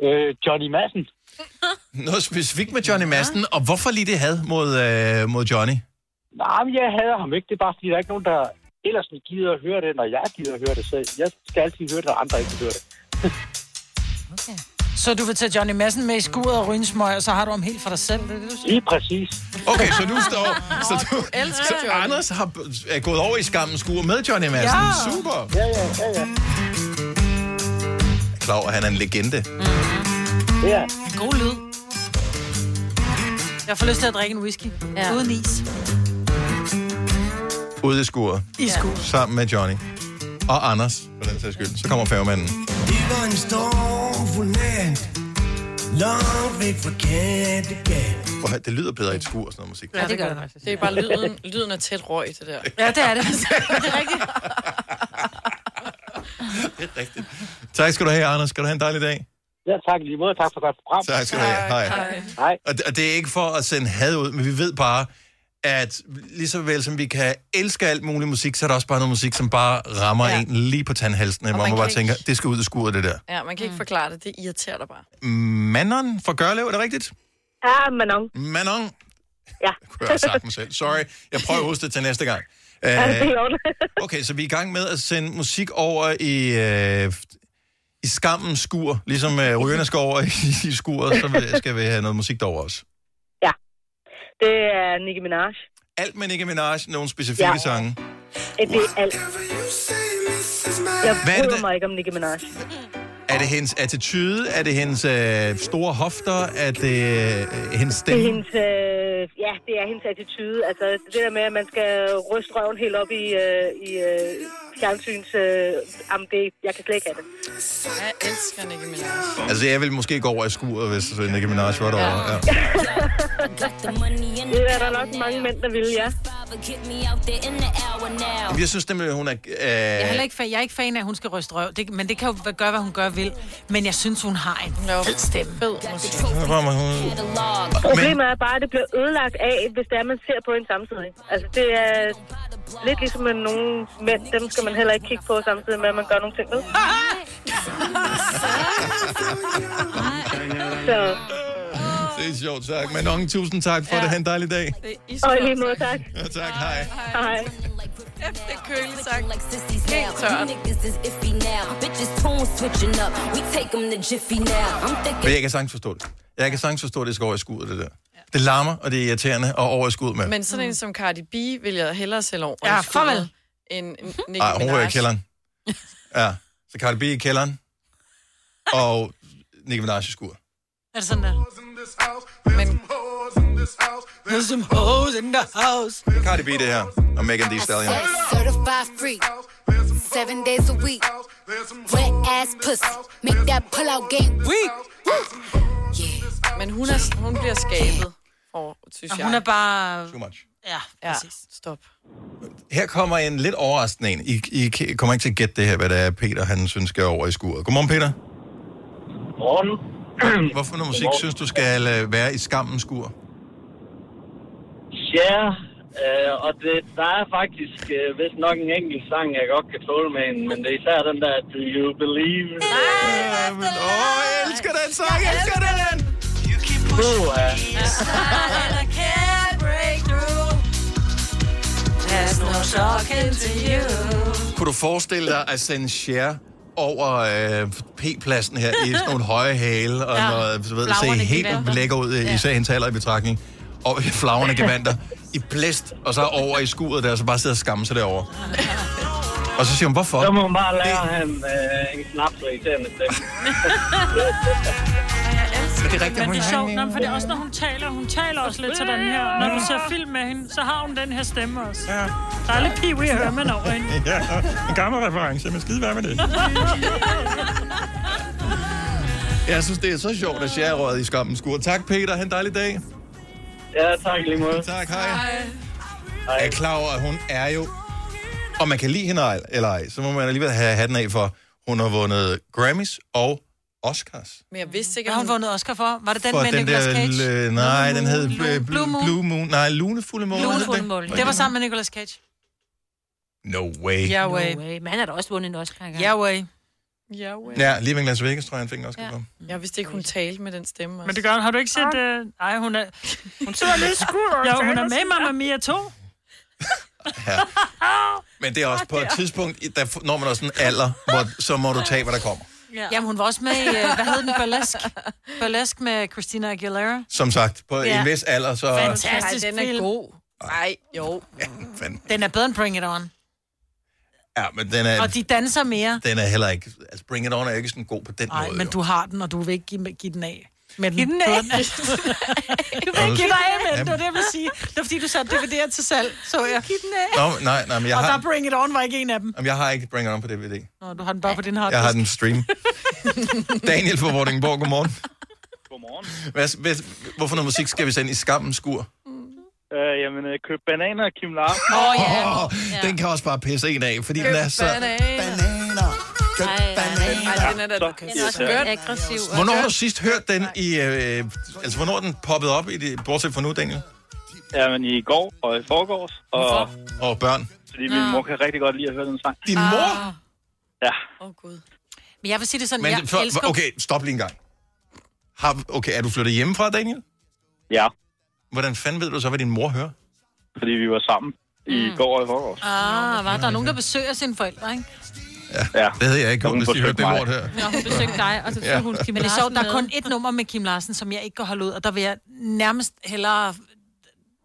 S18: Øh, Johnny Madsen.
S1: Noget specifikt med Johnny Madsen, og hvorfor lige det had mod, øh, mod Johnny?
S18: Nej, men jeg hader ham ikke. Det er bare, fordi der er ikke nogen, der ellers gider at høre det, når jeg gider at høre det. Så jeg skal altid høre det, når andre ikke vil høre det.
S2: Så du vil tage Johnny Madsen med i skuret og rynsmøg, og så har du ham helt for dig selv, det er det, du siger?
S18: Lige præcis.
S1: Okay, så nu står... Så, du,
S2: elsker
S1: så
S2: Johnny.
S1: Anders har, er gået over i skammens skur med Johnny Madsen. Ja. Super.
S18: Ja, ja, ja, ja.
S1: Klar, over, at han er en legende.
S18: Ja.
S2: God lyd. Jeg får lyst til at drikke en whisky. Ja. Uden is.
S1: Ude i skuret.
S2: I skuret.
S1: Sammen med Johnny. Og Anders, for den sags skyld. Så kommer færgemanden.
S7: Det var en stormfuld nat, langt væk fra Kattegat.
S1: Hvor højt- Det lyder bedre i et skur, sådan noget musik.
S5: Ja, det gør det faktisk. Det er bare lyden, lyden af tæt røg, det der.
S2: Ja, det er det. det er rigtigt.
S1: Det er rigtigt. Tak skal du have, Anders. Skal du have en dejlig dag.
S18: Ja, tak i lige måde. Tak for godt program.
S1: Tak skal du have. Hej. Hej.
S18: Hej.
S1: Og, det- og det er ikke for at sende had ud, men vi ved bare, at lige så vel som vi kan elske alt mulig musik, så er der også bare noget musik, som bare rammer ja. en lige på tandhalsen. Og man,
S5: man
S1: må bare
S5: kan
S1: tænke,
S5: ikke-
S1: det skal ud af skuret, det der.
S5: Ja, man kan
S2: Mm.
S5: ikke forklare det. Det irriterer dig bare.
S1: Manon fra Gørlev, er det rigtigt?
S19: Ja, Manon.
S1: Manon?
S19: Ja.
S1: Kunne jeg have sagt mig selv. Sorry. Jeg prøver at huske det til næste gang.
S19: Ja, det er i
S1: Øh, okay, så vi er i gang med at sende musik over i, øh, i skammens skur, ligesom øh, rygerne skal over i, i skuret, så vil- skal vi have noget musik derover også.
S19: Det er Nicki Minaj.
S1: Alt med Nicki Minaj, nogle specifikke ja.
S19: Ja.
S1: sange.
S19: Eh, Det er alt. Jeg
S1: Hvad er det,
S19: bryder
S1: der-
S19: mig ikke om Nicki Minaj.
S1: Er det hendes attitude? Er det hendes øh, store hofter? Er det øh, hendes
S19: Det er
S1: stemme?
S19: hendes, øh, ja, det er hendes attitude. Altså, det der med, at man skal ryste røven helt op i, øh, i øh, fjernsyns... Øh, jamen, det, jeg kan slet ikke have det.
S5: Jeg elsker Nicki Minaj.
S1: Altså, jeg vil måske gå over i skuret, hvis øh, Nicki Minaj var derovre. Ja.
S19: Det er der nok mange mænd, der vil, ja.
S1: Jeg synes nemlig, hun er...
S2: Jeg er,
S1: Øh,
S2: heller ikke fan, jeg er ikke fan af, at hun skal ryste røv. Det, men det kan jo gøre, hvad hun gør vil. Men jeg synes, hun har en fed stemme. Fed
S19: Problemet er bare, at det bliver ødelagt af, hvis det er, man ser på en samtidig. Altså, det er lidt ligesom med nogle mænd. Dem skal man heller ikke kigge på samtidig med, at man gør nogle ting med. Så,
S1: Det er sjovt, tak. Men nogen tusind tak for ja. det. Ha' en dejlig dag.
S19: og i lige måde, tak.
S1: Ja, tak, hej.
S19: Hej.
S5: Efter kølig sang.
S20: Helt tørt.
S1: Men jeg kan sagtens forstå det. Jeg kan sagtens forstå, at det skal over i skuret, det der. Det larmer, og det er irriterende, og over i skuret med.
S5: Men sådan en som Cardi B vil jeg hellere sælge over.
S2: Mm. Ja,
S5: i skuret
S2: farvel. Mm-hmm.
S5: End Nicki Minaj.
S1: Ej, hun rører i kælderen. Ja, så Cardi B i kælderen, og Nicki Minaj i skuret.
S2: Er det sådan der?
S5: Men...
S2: There's some hoes in the house.
S1: Cardi B det her, og Megan Thee Stallion.
S21: Certified freak. Seven days a week. Wet ass pussy. Make that pull out game weak.
S5: Men hun, er, hun bliver skabet, for, synes
S2: Og
S5: jeg.
S2: hun er bare...
S1: Too much.
S2: Ja,
S5: Ja,
S2: præcis.
S5: stop.
S1: Her kommer en lidt overraskende en. I, I kan- kommer ikke til at gætte det her, hvad det er, Peter han synes skal over i skuret. Godmorgen, Peter. Godmorgen. Hvorfor noget musik synes du skal øh, være i skammens skur?
S18: Ja, øh, og det, der er faktisk øh, vist nok en enkelt sang, jeg godt kan tåle med en, men det er især den der Do You Believe?
S1: Ja, men, åh, jeg elsker den sang, jeg elsker den!
S18: Uha.
S15: There's no talking to you.
S1: Kunne du forestille dig at sende Cher over øh, P-pladsen her i sådan nogle høje hale, og ja.
S22: Ja.
S1: noget, du ved,
S22: Flagrende
S1: se helt
S22: gevanter.
S1: lækker ud, ja. især hendes alder i betragtning, og flagrende gevanter i blæst, og så over i skuret der, og så bare sidde og skamme sig derovre. Og så siger hun, hvorfor?
S18: Så må man bare lære ham øh, en knap så irriterende stemme.
S1: Men det er rigtigt,
S23: Men
S1: hun
S23: det er
S1: er
S23: sjovt, Nå, men for det er også, når hun taler. Hun taler også lidt sådan her. Når du ser film med hende, så har hun den her stemme også. Der er lidt Pee Wee Herman over hende.
S1: Ja, en gammel reference, men skide være med det. Jeg synes, det er så sjovt, at Cher er røget i skammens skur. Tak, Peter. Ha' en dejlig dag.
S18: Ja, tak i lige måde.
S1: Tak, hej. Hej. Jeg er klar over, at hun er jo... Og man kan lide hende ej- eller ej, så må man alligevel have hatten af for, hun har vundet Grammys og Oscars.
S5: Men jeg vidste ikke,
S2: Hvad har hun vundet Oscar for? Var det den
S1: for
S2: med Nicolas Cage?
S1: lille- nej, den hed Blue,
S2: Blue
S1: Blue,
S2: Moon.
S1: Moon. Blue Moon. Nej, Lunefulde Måne. hed den.
S2: Det var sammen med Nicolas Cage.
S1: No way.
S2: Yeah way.
S4: No way. Men han har da også vundet en Oscar engang.
S2: Yeah way.
S5: Ja, well.
S1: Ja, lige med Las Vegas, tror jeg, han fik en Oscar
S5: Ja.
S1: ja. for.
S5: Jeg vidste ikke, hun talte med den stemme også.
S23: Men det gør hun. Har du ikke set... Øh, nej, hun er... Hun sidder lidt skur. Ja, hun er med i Mamma Mia 2.
S1: Men det er også på et tidspunkt, i- der f- når man også en alder, hvor så må du tage, hvad der kommer.
S2: Ja. Jamen, hun var også med i, øh, hvad hed den, Burlesque? Burlesque med Christina Aguilera.
S1: Som sagt, på ja.
S2: Ja.
S1: en vis alder, så...
S2: Fantastisk
S5: Ej, den er
S2: film.
S5: god. Nej, jo.
S1: Ja, fanden.
S2: Den er bedre end Bring It On.
S1: Ja, men den er,
S2: Og de danser mere.
S1: den er heller ikke... Altså, Bring It On er jo ikke sådan god på den
S2: Nej,
S1: måde.
S2: men
S1: jo.
S2: du har den, og du vil ikke give, give den af. Men
S3: Give den af?
S2: du vil ikke give den af, men det var det, jeg ville sige. Det var fordi, du satte DVD'er til salg, så jeg. Give den af.
S1: Nå, nej, nej, men jeg
S2: og
S1: har-
S2: der Bring It On var ikke en af dem.
S1: Jamen, jeg har ikke Bring It On på DVD.
S2: Nå, du har den bare på din hard.
S1: Jeg har den stream. Daniel fra Vordingborg, godmorgen. Godmorgen. Hvad, hvad, hvorfor noget musik skal vi sende i skammens skur?
S8: Øh, jamen, øh, køb bananer og Kim Larsen.
S1: Åh, oh, ja. Oh, Den kan også bare pisse en af, fordi den er så...
S8: Bananer. Køb bananer.
S5: Ej, den er da, du kan
S8: Den er også lidt
S5: aggressiv.
S1: Hvornår har du sidst hørt den i... Øh, altså, hvornår er den poppet op i det, bortset fra nu, Daniel?
S8: Jamen, i går og i forgårs. Og,
S1: og børn.
S8: Fordi min
S2: Nå.
S8: mor kan rigtig godt lide at høre den sang.
S1: Din
S2: mor?
S8: Ja.
S2: Men jeg vil sige det sådan,
S1: Men,
S2: jeg
S1: for,
S2: elsker...
S1: okay, stop lige en gang. Har, okay, er du flyttet hjemmefra, Daniel?
S8: Ja.
S1: Hvordan fanden ved du så, hvad din mor hører?
S8: Fordi vi var sammen i
S2: Mm.
S8: går og i forgårs.
S2: Ah, var der nogen, der besøger sine forældre, ikke?
S1: Ja, det havde jeg ikke
S8: Så
S1: gjort,
S8: hun
S1: hvis de hørte det
S8: forsøgte mig.
S1: lort her.
S2: Nå, hun besøgte dig, og så
S1: Ja.
S2: tog hun Kim
S1: Men
S2: Larsen
S1: det er
S2: sjovt, der er kun et nummer med Kim Larsen, som jeg ikke kan holde ud, og der vil jeg nærmest hellere...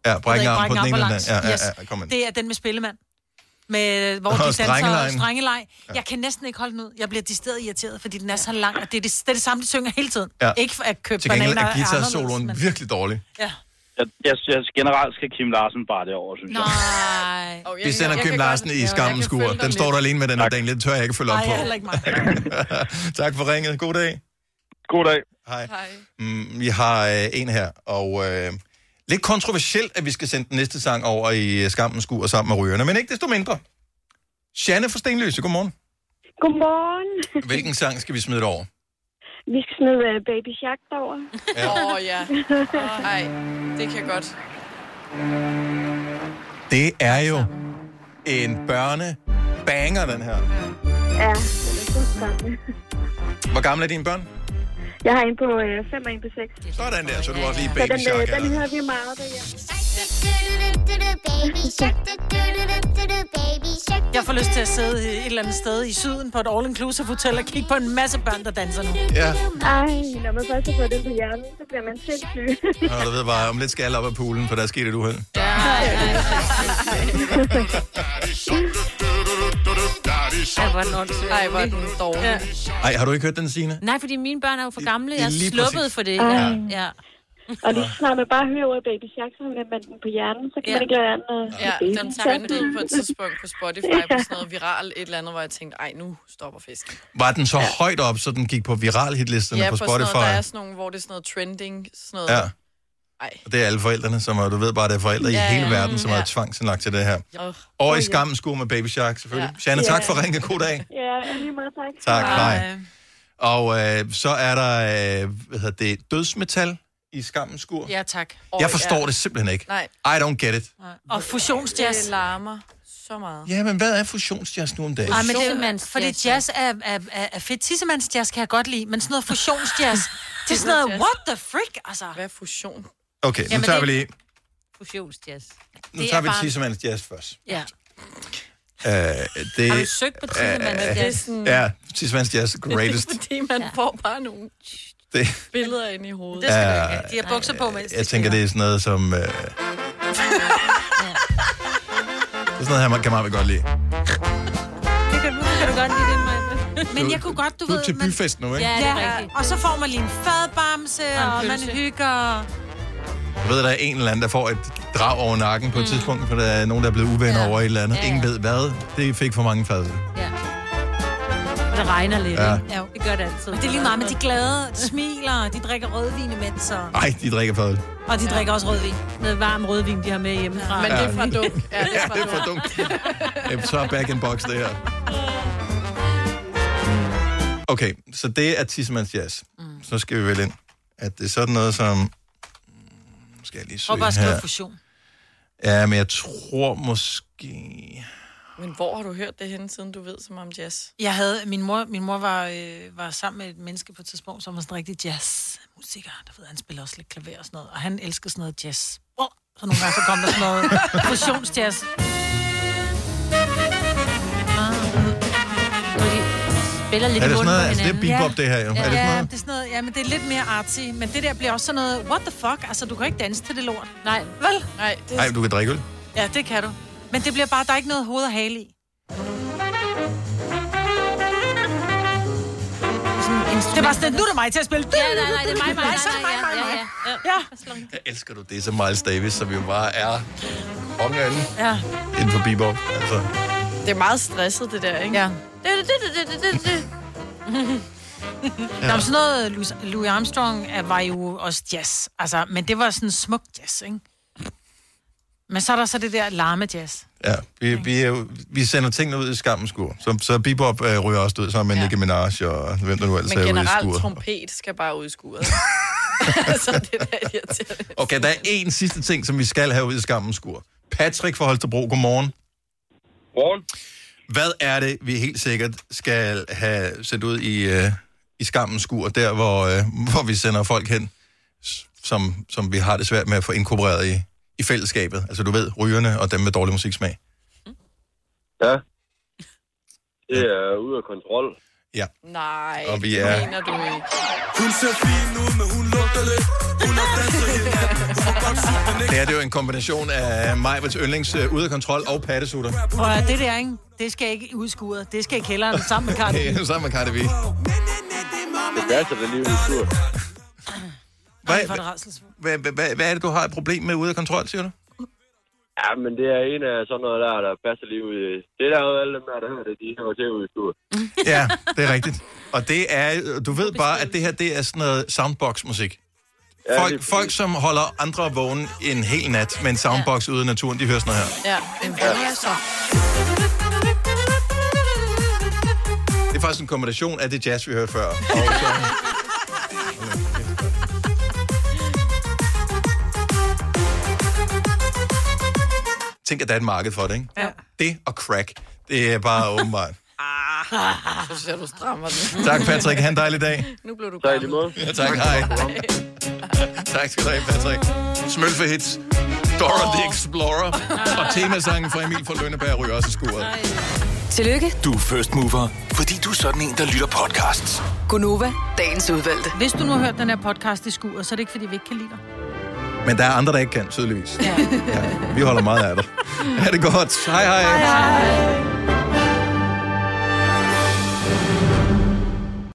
S1: Ja, brække arm på den ene eller den
S2: ambulance.
S1: anden. Ja, ja, ja,
S2: Yes.
S1: kom ind.
S2: Det er den med spillemand. Med, hvor de
S1: Og
S2: danser
S1: Strengelejen.
S2: strengelejen. strengeleg. Jeg kan næsten ikke holde den ud. Jeg bliver decideret irriteret, fordi den er så lang, og det er det, det, er det samme, de synger hele tiden.
S8: Ja.
S2: Ikke for at købe
S8: Til gengæld er
S2: bananer
S8: guitar-soloen
S2: men-
S1: virkelig dårlig.
S2: Ja.
S8: Jeg, jeg, jeg, generelt skal Kim Larsen bare det over, synes jeg.
S2: Nej.
S5: Oh,
S1: Vi sender Kim Larsen i skammens skur. Den står der alene med den her Daniel. Det tør jeg ikke følge op
S2: Nej,
S1: på.
S2: heller ikke mig.
S1: tak for ringet. God dag.
S8: God dag.
S1: Hej. Mm, vi har øh, en her, og øh, lidt kontroversielt, at vi skal sende den næste sang over i øh, skammens skur sammen med rygerne, men ikke desto mindre. Janne fra Stenløse, godmorgen.
S9: Godmorgen.
S1: Hvilken sang skal vi smide det over?
S9: Vi skal smide øh, Baby Shark over.
S1: Ja.
S5: Åh, oh, ja. Nej, det kan godt.
S1: Det er jo en børne-banger, den
S9: Ja,
S1: her.
S9: det er så spændende.
S1: Hvor gamle er dine børn?
S9: Jeg har en på 5 og en på 6.
S1: Sådan der, så du også lige
S9: Så den, øh,
S1: baby shark.
S9: den
S1: eller-
S9: hører vi meget derhjemme.
S2: Jeg får lyst til at sidde et eller andet sted i syden på et all-inclusive hotel og kigge på en masse børn, der danser nu.
S1: Ja.
S9: Ej, når man først har fået den på hjernen, så bliver man sindssyg.
S1: Og du ved bare, om lidt skal alle op af poolen, for der er sket et uheld.
S4: Ej, hvor den åndssvagt.
S5: Ej, hvor er den dårlig.
S4: Ja.
S1: Ej, har du ikke hørt den, Signe?
S4: Nej, fordi mine børn er jo for gamle. Jeg
S1: lige
S4: er sluppet
S1: præcis.
S4: for det.
S1: Ej.
S4: Ja. ja.
S9: Og lige så snart man bare hører ordet Baby Shark, så har man den på hjernen, så kan
S5: Ja.
S9: man ikke lade være andet.
S5: Ja, den trendede på et tidspunkt på Spotify på sådan noget viral et eller andet, hvor jeg tænkte, ej, nu stopper festen.
S1: Var den så ja. højt op, så den gik på viral hitlisterne
S5: ja,
S1: på
S5: sådan
S1: Spotify?
S5: noget, der er sådan nogle, hvor det er sådan noget trending, sådan noget.
S1: Ja.
S5: Ej.
S1: Og det er alle forældrene, som er, du ved bare, det er forældre
S5: Ja,
S1: i hele
S5: ja.
S1: verden, som
S5: Ja.
S1: har tvangsindlagt til det her.
S5: Oh.
S1: Og i skammen skur med Baby Shark, selvfølgelig. Ja. Janne, tak for ringet. God dag.
S9: Ja, lige meget tak.
S1: Tak, hej. Og øh, så er der, øh, hvad hedder det, dødsmetal i skammens skur.
S2: Ja, tak.
S1: Jeg forstår det simpelthen ikke.
S5: Nej.
S1: I don't get it.
S2: Og fusionsjazz.
S5: Det larmer så meget.
S1: Ja, men hvad er fusionsjazz nu om dagen?
S2: Ej, men det er, fordi jazz er, er, er, er fedt. Tissemandsjazz kan jeg godt lide, men sådan noget fusionsjazz, det er sådan noget, what the frick, altså.
S5: Hvad er fusion?
S1: Okay, nu
S2: Jamen,
S1: tager vi
S2: det-
S1: lige,
S4: Fusionsjazz.
S1: nu tager vi tissemands jazz først.
S4: Ja.
S1: Øh, det,
S4: Har du søgt på tissemands jazz?
S1: Øh, øh,
S4: Det er sådan-
S1: Ja, tissemands jazz, greatest.
S5: Det er fordi, man ja. får bare nogle
S1: Det,
S5: billeder ind i hovedet.
S1: Det skal du ikke have. De
S2: har bukser på, mens
S1: jeg tænker, det er sådan noget som... Øh, det er sådan noget her, man kan meget godt lide.
S2: Det kan, du, kan du godt lide det, Maja. Men
S1: Du-
S2: jeg kunne godt, du,
S1: du er
S2: ved...
S1: til
S2: man-
S1: byfest nu, ikke?
S2: Ja, det
S1: Ja.
S2: er rigtigt. Og så får man lige en fadbamse,
S4: en
S2: og, man
S4: pølse.
S2: hygger.
S1: Jeg ved, der er en eller anden, der får et drag over nakken på et tidspunkt, for der er nogen, der er blevet uvenner over et eller andet.
S4: Ja, ja.
S1: Ingen ved hvad. Det fik for mange fadøl.
S4: Ja. Og Det regner lidt,
S1: Ja.
S4: ja. ikke? Ja, det gør det altid.
S2: Men det er lige meget, men de er glade, de smiler, de drikker rødvin imens, og,
S1: Ej, de drikker fadøl.
S2: og de drikker også rødvin.
S4: Noget varm rødvin, de har med hjemmefra.
S1: Men det er fra
S5: dunk. Ja,
S1: det er fra Ja, det er fra dunk. Jamen, Så er back in box, det her. Okay, så det er tissemands jazz. Så skal vi vel ind. At det er sådan noget som... Mm, Skal jeg lige
S2: Prøv
S1: søge
S2: bare at skrive
S1: her.
S2: fusion.
S1: Ja, men jeg tror måske...
S5: Men hvor har du hørt det henne, siden du ved så meget om jazz?
S2: Jeg havde, min mor, min mor var, øh, var sammen med et menneske på et tidspunkt, som var sådan en rigtig jazzmusiker. Der ved, jeg, han spiller også lidt klaver og sådan noget. Og han elskede sådan noget jazz. Oh, så nogle gange så kom der sådan noget fusionsjazz. Ah.
S4: spiller lidt
S1: Er det
S4: i munden
S1: sådan noget?
S4: på
S1: Altså, det er
S4: hinanden.
S1: bebop, det her jo. Er det
S2: Ja,
S1: sådan noget?
S2: det er sådan noget, ja, men det er lidt mere artsy, men det der bliver også sådan noget, what the fuck, altså du kan ikke danse til det lort.
S4: Nej.
S2: Vel? Nej, det,
S1: Nej, du kan drikke øl.
S2: ja, det kan du. Men det bliver bare, der er ikke noget hoved og hale i. Det er bare sådan, nu er det mig til at spille.
S4: Ja, nej, nej, det er mig, mig,
S2: så er det
S4: mig,
S2: mig, mig,
S4: ja,
S2: mig.
S4: ja,
S2: Ja.
S1: Jeg elsker du det som Miles Davis, som jo bare er omgangen
S2: ja.
S1: inden for bebop. Altså,
S5: Det er meget stresset, det der, ikke?
S2: Ja.
S5: Det, det, det, det, det, det.
S2: Ja. Nå, men sådan noget, Louis, Louis Armstrong er, var jo også jazz, altså, men det var sådan smuk jazz, ikke? Men så er der så det der larme jazz.
S1: ja. Vi, vi, er jo, vi sender tingene ud i skammens skur. Så, så bebop øh, ryger også ud sammen med ja. Nicki Minaj og hvem der nu ellers
S5: Men
S1: er altså ude i
S5: generelt,
S1: skuret.
S5: trompet skal bare ud i skuret. så det er da irriterende.
S1: Okay, der er en sidste ting, som vi skal have ud i skammens skur. Patrick fra Holstebro, godmorgen. Godmorgen. Hvad er det, vi helt sikkert skal have sendt ud i, øh, i skammens skur, der hvor, øh, hvor vi sender folk hen, s- som, som vi har det svært med at få inkorporeret i, i fællesskabet? Altså du ved, rygerne og dem med dårlig musiksmag.
S24: Ja. Det er ude af kontrol.
S1: Ja.
S5: Nej,
S1: Og vi er-
S5: det mener du ikke.
S24: Hun ser fin ud, men hun lugter lidt. Hun har danset hele natten. Du får godt suge den,
S1: Det er det er jo en kombination af Majbrits yndlings øh, ude af kontrol og pattesutter.
S2: Og det der, ikke? Det skal ikke udskuret. Det skal i kælderen sammen med Karl.
S1: Det er Sammen med Cardi B.
S24: Det værste, der lige er ude i surt.
S1: Hvad, hvad, hvad, hvad, hvad er det, du har et problem med ude af kontrol, siger du?
S24: Ja, men det er en af sådan noget der, der passer lige ud i. Det der jo alle dem der, der hører det, de hører til ude i surt.
S1: Ja, det er rigtigt. Og det er, du ved bare, at det her, det er sådan noget soundbox-musik. Folk, folk, som holder andre vågen en hel nat med en soundbox ude i naturen, de hører sådan noget her.
S5: Ja, men hvad er så?
S1: Det er faktisk en kombination af det jazz, vi hørte før. Og så... Tænk, at der er et marked for det, ikke?
S5: Ja.
S1: Det og crack, det er bare åbenbart.
S5: Ah, så synes jeg, du strammer den.
S1: Tak, Patrick. Ha' en dejlig dag.
S5: Nu blev du
S1: Tak,
S5: gammel.
S1: Ja, tak. Hej. tak skal du have, Patrick. Smølfe hits. Dora oh. the Explorer. Og temasangen fra Emil fra Lønneberg ryger også i skuret.
S25: Tillykke.
S6: Du er first mover, fordi du er sådan en, der lytter podcasts.
S25: Gunova, dagens udvalgte.
S2: Hvis du nu har hørt den her podcast i skuret, så er det ikke, fordi vi ikke kan lide dig.
S1: Men der er andre, der ikke kan, tydeligvis. Ja. Vi holder meget af dig. Ha' det godt. Hej hej.
S2: Hej, hej.